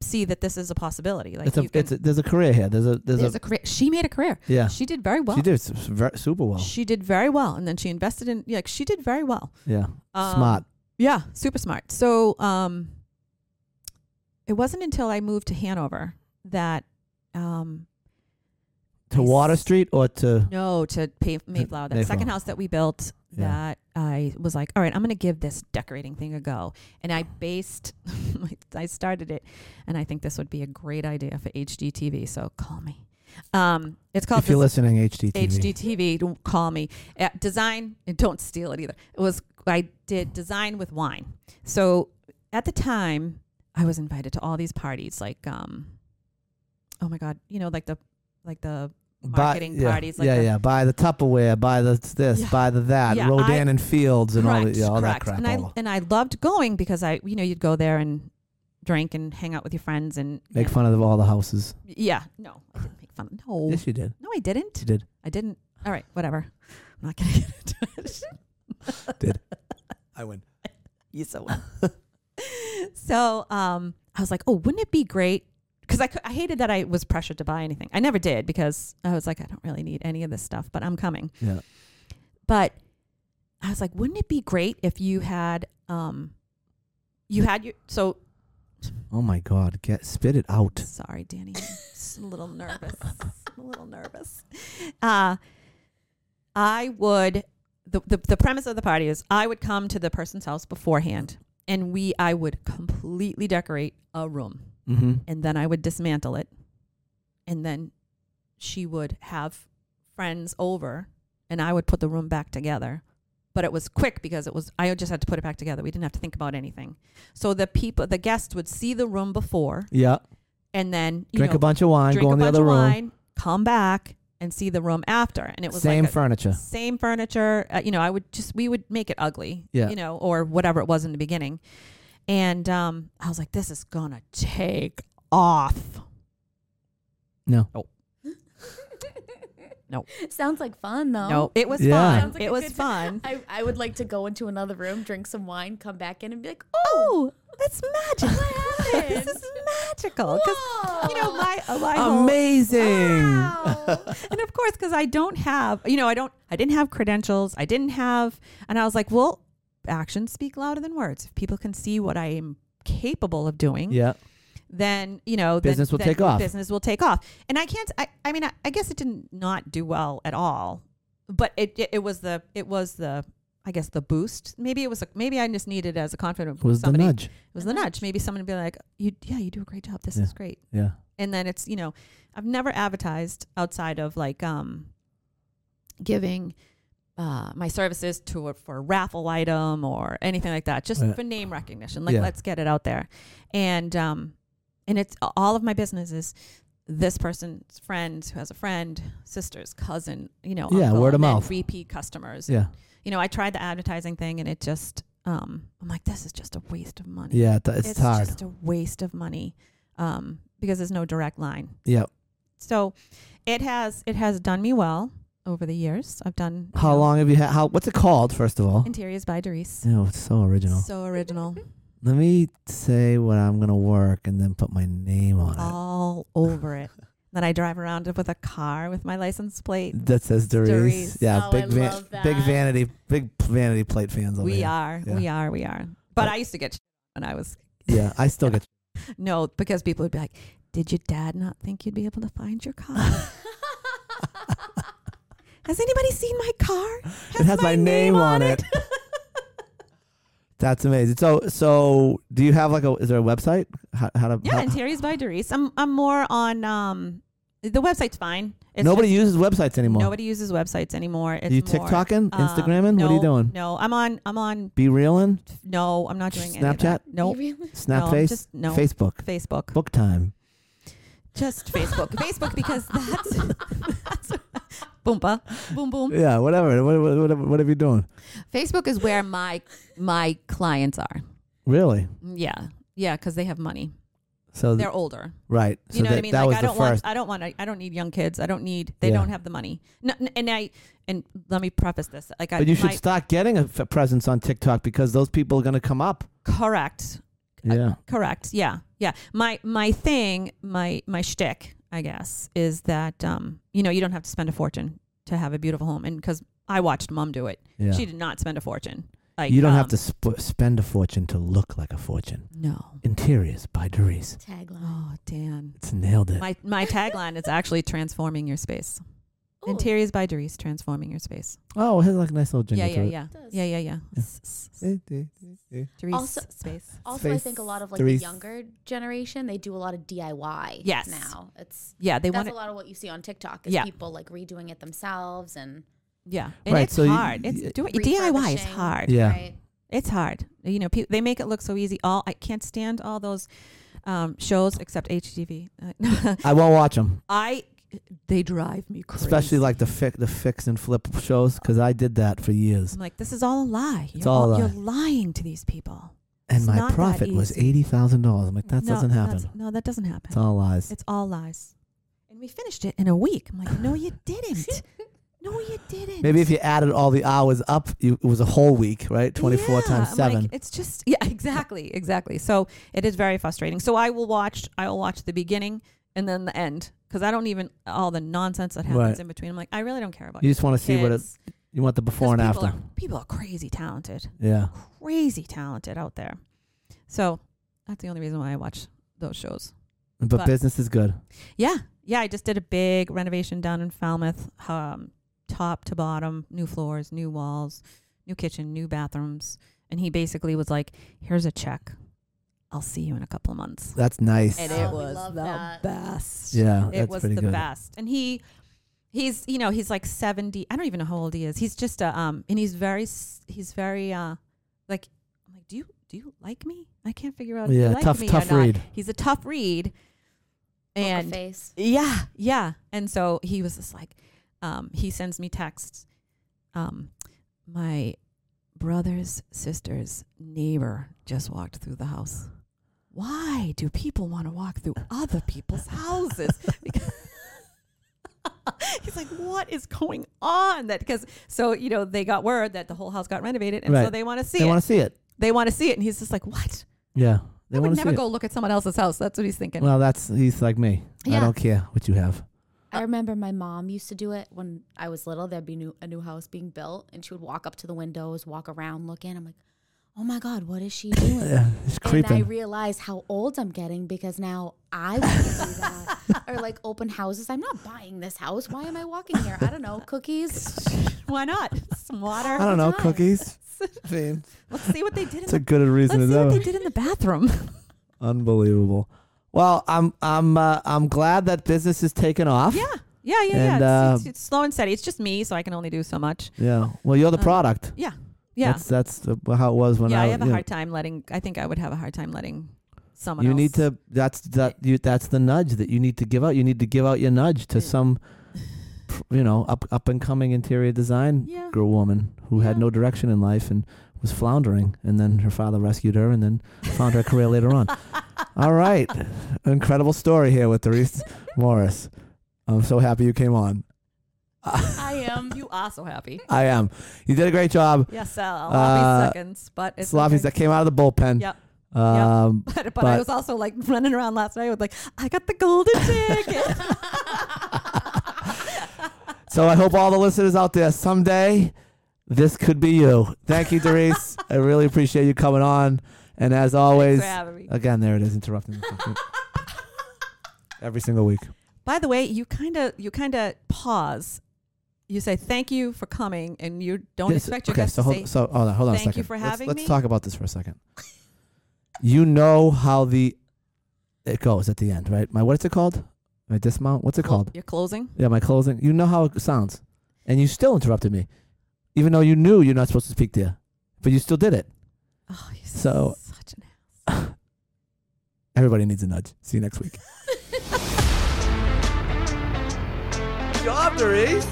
Speaker 3: see that this is a possibility. Like
Speaker 1: it's a,
Speaker 3: you can-
Speaker 1: it's a, there's a career here. There's a there's,
Speaker 3: there's
Speaker 1: a,
Speaker 3: a career. She made a career.
Speaker 1: yeah.
Speaker 3: She did very well.
Speaker 1: She did s- s- ver- super well.
Speaker 3: She did very well, and then she invested in like she did very well.
Speaker 1: yeah.
Speaker 3: Um,
Speaker 1: Smart.
Speaker 3: Yeah, super smart. So um, it wasn't until I moved to Hanover that um,
Speaker 1: To
Speaker 3: I
Speaker 1: Water
Speaker 3: s-
Speaker 1: Street or to
Speaker 3: no to pay Mayflower, that second
Speaker 1: Mayflower.
Speaker 3: house that we built
Speaker 1: Yeah.
Speaker 3: that I was like, all right, I'm going to give this decorating thing a go. And I based, I started it, and I think this would be a great idea for HGTV. So call me. Um, it's called
Speaker 1: if you're
Speaker 3: Des-
Speaker 1: listening HDTV.
Speaker 3: HGTV. Don't call me. Uh, design and don't steal it either. It was I did design with wine. So at the time, I was invited to all these parties, like um, oh my god, you know, like the like the marketing
Speaker 1: yeah,
Speaker 3: parties, like
Speaker 1: yeah,
Speaker 3: the-
Speaker 1: yeah. Buy the Tupperware, buy the this,
Speaker 3: Yeah.
Speaker 1: buy the that.
Speaker 3: Yeah,
Speaker 1: Rodan and Fields and all,
Speaker 3: correct,
Speaker 1: the, yeah, all that
Speaker 3: correct.
Speaker 1: crap.
Speaker 3: And I
Speaker 1: all.
Speaker 3: and I loved going because I you know you'd go there and drink and hang out with your friends and
Speaker 1: Make
Speaker 3: and-
Speaker 1: fun of all the houses.
Speaker 3: Yeah, no, I didn't make fun. No,
Speaker 1: Yes, you did.
Speaker 3: no, I didn't.
Speaker 1: You did.
Speaker 3: I didn't. All right, whatever. I'm not gonna get into it.
Speaker 1: I win.
Speaker 3: you so well. so um, I was like, oh, wouldn't it be great? Because I, cou- I hated that I was pressured to buy anything. I never did because I was like, I don't really need any of this stuff, but I'm coming.
Speaker 1: Yeah.
Speaker 3: But I was like, wouldn't it be great if you had, um, you had your so
Speaker 1: Oh my God! Get spit it out.
Speaker 3: Sorry, Danny. I'm just a little nervous. I'm a little nervous. Uh, I would, the, the, the premise of the party is I would come to the person's house beforehand and we, I would completely decorate a room
Speaker 1: Mm-hmm.
Speaker 3: and then I would dismantle it. And then she would have friends over and I would put the room back together. But it was quick because it was I just had to put it back together. We didn't have to think about anything. So the people the guests would see the room before
Speaker 1: Yeah.
Speaker 3: and then you
Speaker 1: Drink
Speaker 3: know,
Speaker 1: a bunch of wine.
Speaker 3: drink
Speaker 1: Go
Speaker 3: a
Speaker 1: in the
Speaker 3: bunch
Speaker 1: other
Speaker 3: of
Speaker 1: room.
Speaker 3: wine, come back and see the room after. And it was
Speaker 1: Same
Speaker 3: like a-
Speaker 1: furniture.
Speaker 3: same furniture. Uh, you know, I would just we would make it ugly,
Speaker 1: Yeah.
Speaker 3: you know, or whatever it was in the beginning. And um, I was like, this is gonna take off.
Speaker 1: No.
Speaker 2: Sounds like fun though.
Speaker 3: No, it was
Speaker 1: Yeah.
Speaker 3: fun.
Speaker 4: Sounds like
Speaker 3: it
Speaker 4: a
Speaker 3: was
Speaker 4: good
Speaker 3: fun.
Speaker 4: I, I would like to go into another room, drink some wine, come back in, and be like,
Speaker 3: Oh, that's magic. this
Speaker 4: happened?
Speaker 3: is magical because you know my uh, my
Speaker 4: Um,
Speaker 3: whole-
Speaker 1: Amazing.
Speaker 3: and of course, because I don't have, you know, I don't, I didn't have credentials. I didn't have, and I was like, well, actions speak louder than words. If people can see what I am capable of doing,
Speaker 1: Yeah.
Speaker 3: then you know then-
Speaker 1: Business will
Speaker 3: then
Speaker 1: take off.
Speaker 3: business will take off and i can't i, I mean I, I guess it didn't not do well at all but it, it it was the it was the i guess the boost maybe it was a, maybe i just needed as a confident
Speaker 1: It was
Speaker 3: somebody
Speaker 1: the nudge.
Speaker 3: it was the nudge maybe someone would be like you yeah you do a great job this
Speaker 1: Yeah.
Speaker 3: is great
Speaker 1: Yeah.
Speaker 3: and then it's you know i've never advertised outside of like um giving uh, my services to a, for a raffle item or anything like that just
Speaker 1: Yeah.
Speaker 3: for name recognition like
Speaker 1: Yeah.
Speaker 3: let's get it out there and um and it's all of my businesses this person's friend who has a friend sisters cousin you know
Speaker 1: Yeah,
Speaker 3: uncle,
Speaker 1: word of
Speaker 3: and then
Speaker 1: mouth.
Speaker 3: repeat customers
Speaker 1: Yeah.
Speaker 3: you know i tried the advertising thing and it just um i'm like this is just a waste of money
Speaker 1: Yeah. th- It's,
Speaker 3: it's
Speaker 1: hard.
Speaker 3: just a waste of money um, because there's no direct line.
Speaker 1: Yep.
Speaker 3: So it has it has done me well over the years. I've done you
Speaker 1: How
Speaker 3: know,
Speaker 1: long have you had? How? What's it called? First of all.
Speaker 3: interiors by Doris.
Speaker 1: Oh, it's so original.
Speaker 3: So original,
Speaker 1: Let me say what I'm gonna work and then put my name on it.
Speaker 3: all over it. Then I drive around with a car with my license plate.
Speaker 1: That says Doris.
Speaker 3: Doris.
Speaker 1: Yeah,
Speaker 4: Oh,
Speaker 1: big
Speaker 4: I
Speaker 1: van-
Speaker 4: love that.
Speaker 1: big vanity, big vanity plate fans over
Speaker 3: we
Speaker 1: here.
Speaker 3: are,
Speaker 1: Yeah.
Speaker 3: we are, we are. But
Speaker 1: But-
Speaker 3: I used to get when I was
Speaker 1: Yeah, I still get.
Speaker 3: no because people would be like, "Did your dad not think you'd be able to find your car?" I Has anybody seen my car?
Speaker 1: it has my, name, on it. That's amazing. So, so do you have like a? Is there a website? How, how to?
Speaker 3: Yeah,
Speaker 1: how-
Speaker 3: interiors by Doris. I'm I'm more on um the website's fine. It's
Speaker 1: nobody
Speaker 3: just-
Speaker 1: uses websites anymore.
Speaker 3: nobody uses websites anymore. It's
Speaker 1: Are you
Speaker 3: more,
Speaker 1: TikToking,
Speaker 3: um,
Speaker 1: Instagramming? what are you
Speaker 3: no,
Speaker 1: doing?
Speaker 3: No, I'm on I'm on
Speaker 1: Be reeling,
Speaker 3: no, I'm not doing any of
Speaker 1: Snapchat,
Speaker 3: that. No,
Speaker 1: Snapface,
Speaker 3: No, I'm just- no.
Speaker 1: Facebook,
Speaker 3: Facebook.
Speaker 1: book time.
Speaker 3: Just Facebook. Facebook because that's, that's boompa. Boom boom.
Speaker 1: Yeah, whatever. What, what, whatever. What are you doing?
Speaker 3: Facebook is where my my clients are.
Speaker 1: Really?
Speaker 3: Yeah. Yeah, because they have money.
Speaker 1: So
Speaker 3: They're older.
Speaker 1: right.
Speaker 3: You
Speaker 1: so
Speaker 3: know
Speaker 1: that,
Speaker 3: what I mean?
Speaker 1: that
Speaker 3: like
Speaker 1: was
Speaker 3: I
Speaker 1: the
Speaker 3: don't
Speaker 1: first.
Speaker 3: want I don't want to, I don't need young kids. I don't need they
Speaker 1: Yeah.
Speaker 3: don't have the money. No, n- and I and let me preface this. Like I
Speaker 1: but you should
Speaker 3: my,
Speaker 1: start getting a f- presence on TikTok because those people are going to come up.
Speaker 3: correct.
Speaker 1: Yeah.
Speaker 3: Correct. Yeah. Yeah. My my thing, my my shtick, I guess, is that um, you know, you don't have to spend a fortune to have a beautiful home and cuz I watched mom do it.
Speaker 1: Yeah.
Speaker 3: She did not spend a fortune. Like
Speaker 1: you don't
Speaker 3: um,
Speaker 1: have to sp- spend a fortune to look like a fortune.
Speaker 3: No.
Speaker 1: Interiors by Doris.
Speaker 4: Tagline.
Speaker 3: Oh, Dan.
Speaker 1: It's nailed it.
Speaker 3: My my tagline is actually transforming your space.
Speaker 4: Oh,
Speaker 3: Interiors by Doris, transforming your space.
Speaker 1: oh, it Eh, has like a nice little jingle
Speaker 3: Yeah, yeah,
Speaker 1: to
Speaker 3: yeah.
Speaker 4: Does.
Speaker 3: Yeah, yeah, yeah.
Speaker 1: Yeah.
Speaker 3: S- s- s-
Speaker 1: it.
Speaker 3: Doris
Speaker 4: Also-
Speaker 3: space.
Speaker 4: Also, I think a lot of like
Speaker 1: Three-
Speaker 4: the younger generation, they do a lot of DIY.
Speaker 3: Yes.
Speaker 4: Now it's
Speaker 3: Yeah, they
Speaker 4: that's
Speaker 3: want
Speaker 4: a
Speaker 3: it.
Speaker 4: lot of what you see on TikTok is
Speaker 3: Yeah.
Speaker 4: people like redoing it themselves and
Speaker 3: Yeah, and
Speaker 1: Right,
Speaker 3: it's
Speaker 1: so you-
Speaker 3: hard.
Speaker 1: y-
Speaker 3: It's do it, DIY is
Speaker 4: refurbishing.
Speaker 3: hard.
Speaker 1: Yeah.
Speaker 4: Right.
Speaker 3: It's hard. You know, pe- they make it look so easy. All I can't stand all those um, shows except HGTV. Uh,
Speaker 1: I won't watch them,
Speaker 3: I they drive me crazy.
Speaker 1: especially like the fi- the fix and flip shows, because I did that for years,
Speaker 3: I'm like, this is all a lie. You're,
Speaker 1: all a
Speaker 3: you're lying to these people.
Speaker 1: and
Speaker 3: It's
Speaker 1: my
Speaker 3: not that
Speaker 1: profit was
Speaker 3: easy.
Speaker 1: eighty thousand dollars. I'm like, that
Speaker 3: No,
Speaker 1: doesn't happen.
Speaker 3: that's- No, that doesn't happen.
Speaker 1: it's all lies.
Speaker 3: It's all lies. And we finished it in a week. I'm like, no, you didn't. no, you didn't.
Speaker 1: Maybe if you added all the hours up, you, it was a whole week, right? Twenty four
Speaker 3: Yeah,
Speaker 1: times
Speaker 3: I'm like,
Speaker 1: seven.
Speaker 3: it's just yeah, exactly, exactly. So it is very frustrating. So I will watch. I will watch the beginning and then the end because I don't even all the nonsense that happens
Speaker 1: Right.
Speaker 3: in between. I'm like, I really don't care about
Speaker 1: you
Speaker 3: your
Speaker 1: just want to see what it.
Speaker 3: kids.
Speaker 1: You want the
Speaker 3: 'Cause
Speaker 1: before and
Speaker 3: people
Speaker 1: after.
Speaker 3: Are, people are crazy talented,
Speaker 1: yeah.
Speaker 3: crazy talented out there. So that's the only reason why I watch those shows.
Speaker 1: But,
Speaker 3: But-
Speaker 1: business is good.
Speaker 3: Yeah, yeah. I just did a big renovation down in Falmouth, um, top to bottom, new floors, new walls, new kitchen, new bathrooms. And he basically was like, "Here's a check. I'll see you in a couple of months."
Speaker 1: That's nice.
Speaker 3: And
Speaker 4: Oh,
Speaker 3: it
Speaker 4: we
Speaker 3: was
Speaker 4: love
Speaker 3: the
Speaker 4: that.
Speaker 3: best.
Speaker 1: Yeah,
Speaker 3: it
Speaker 1: that's
Speaker 3: was
Speaker 1: pretty
Speaker 3: the
Speaker 1: good.
Speaker 3: best. And he, he's you know he's like seventy. I don't even know how old he is. He's just a um, and he's very s- he's very uh, like I'm like, do you do you like me? I can't figure out. if
Speaker 1: Yeah,
Speaker 3: you like
Speaker 1: tough-
Speaker 3: me
Speaker 1: tough
Speaker 3: or not.
Speaker 1: read.
Speaker 3: He's a tough read.
Speaker 4: Poker
Speaker 3: And
Speaker 4: face.
Speaker 3: yeah, yeah. And so he was just like, um, he sends me texts. Um, my brother's sister's neighbor just walked through the house. Why do people want to walk through other people's houses? Because- He's like, what is going on? That because so you know they got word that the whole house got renovated, and so
Speaker 1: Right.
Speaker 3: they want to see
Speaker 1: They
Speaker 3: it.
Speaker 1: want to see it.
Speaker 3: they want to see it, and he's just like, what?
Speaker 1: Yeah. They
Speaker 3: I would
Speaker 1: want to see
Speaker 3: never
Speaker 1: it.
Speaker 3: go look at someone else's house. That's what he's thinking.
Speaker 1: Well, that's he's like me. I
Speaker 3: Yeah.
Speaker 1: don't care what you have.
Speaker 4: I remember my mom used to do it when I was little. There'd be new, a new house being built, and she would walk up to the windows, walk around, look in. I'm like, oh my god, what is she doing?
Speaker 1: Yeah, it's
Speaker 4: and I
Speaker 1: creeping.
Speaker 4: realize how old I'm getting because now I want to do that. or like open houses. I'm not buying this house. Why am I walking here? I don't know. Cookies.
Speaker 3: Why not? Some water.
Speaker 1: I don't know
Speaker 4: time.
Speaker 1: cookies. I mean,
Speaker 3: Let's see what they did. In
Speaker 1: it's a
Speaker 3: the,
Speaker 1: good a reason
Speaker 3: let's
Speaker 1: as
Speaker 3: see
Speaker 1: ever.
Speaker 3: what they did in the bathroom.
Speaker 1: Unbelievable. Well, I'm I'm uh, I'm glad that business is taking off.
Speaker 3: yeah, yeah, yeah, yeah.
Speaker 1: And,
Speaker 3: It's- it's,
Speaker 1: uh,
Speaker 3: it's slow and steady. It's just me, so I can only do so much.
Speaker 1: Yeah. Well, you're the
Speaker 3: Um,
Speaker 1: product.
Speaker 3: Yeah, yeah,
Speaker 1: That's that's the, how it was when
Speaker 3: yeah.
Speaker 1: I.
Speaker 3: I have a
Speaker 1: you know,
Speaker 3: hard time letting. I think I would have a hard time letting someone.
Speaker 1: You
Speaker 3: else.
Speaker 1: need to. That's that. You that's the nudge that you need to give out. You need to give out your nudge to
Speaker 3: Mm.
Speaker 1: some, pr- you know, up up and coming interior design
Speaker 3: Yeah.
Speaker 1: girl woman who had
Speaker 3: Yeah.
Speaker 1: no direction in life and was floundering, and then her father rescued her, and then found her career later on. All right, incredible story here with Therese Morris. I'm so happy you came on.
Speaker 3: I am. You are so happy.
Speaker 1: I am. You did a great job.
Speaker 3: Yes, I'll
Speaker 1: Uh,
Speaker 3: be seconds, but it's
Speaker 1: Slavies that came out of the bullpen.
Speaker 3: Yep.
Speaker 1: Um,
Speaker 3: But, but,
Speaker 1: but-
Speaker 3: I was also like running around last night with like I got the golden ticket.
Speaker 1: So I hope all the listeners out there someday this could be you. Thank you, Therese. I really appreciate you coming on. And as always,
Speaker 3: Thanks for having me.
Speaker 1: again, there it is, interrupting the fucking- Uh, every single week.
Speaker 3: By the way, you kind of you kind of pause. You say thank you for coming, and you don't
Speaker 1: Yes,
Speaker 3: expect your
Speaker 1: okay,
Speaker 3: guests
Speaker 1: so
Speaker 3: to
Speaker 1: hold,
Speaker 3: say
Speaker 1: so hold on, hold on a
Speaker 3: "Thank you
Speaker 1: second.
Speaker 3: for
Speaker 1: Let's-
Speaker 3: having
Speaker 1: let's,
Speaker 3: me."
Speaker 1: talk about this for a second. You know how the it goes at the end, right? My what's it called? My dismount. What's it
Speaker 3: "Well,
Speaker 1: called?
Speaker 3: You're closing.
Speaker 1: Yeah, my closing. You know how it sounds, and you still interrupted me, even though you knew you're not supposed to speak there, but you still did it.
Speaker 3: Oh, you're
Speaker 1: So-
Speaker 3: such an
Speaker 1: Everybody needs a nudge. See you next week. Job, Doris.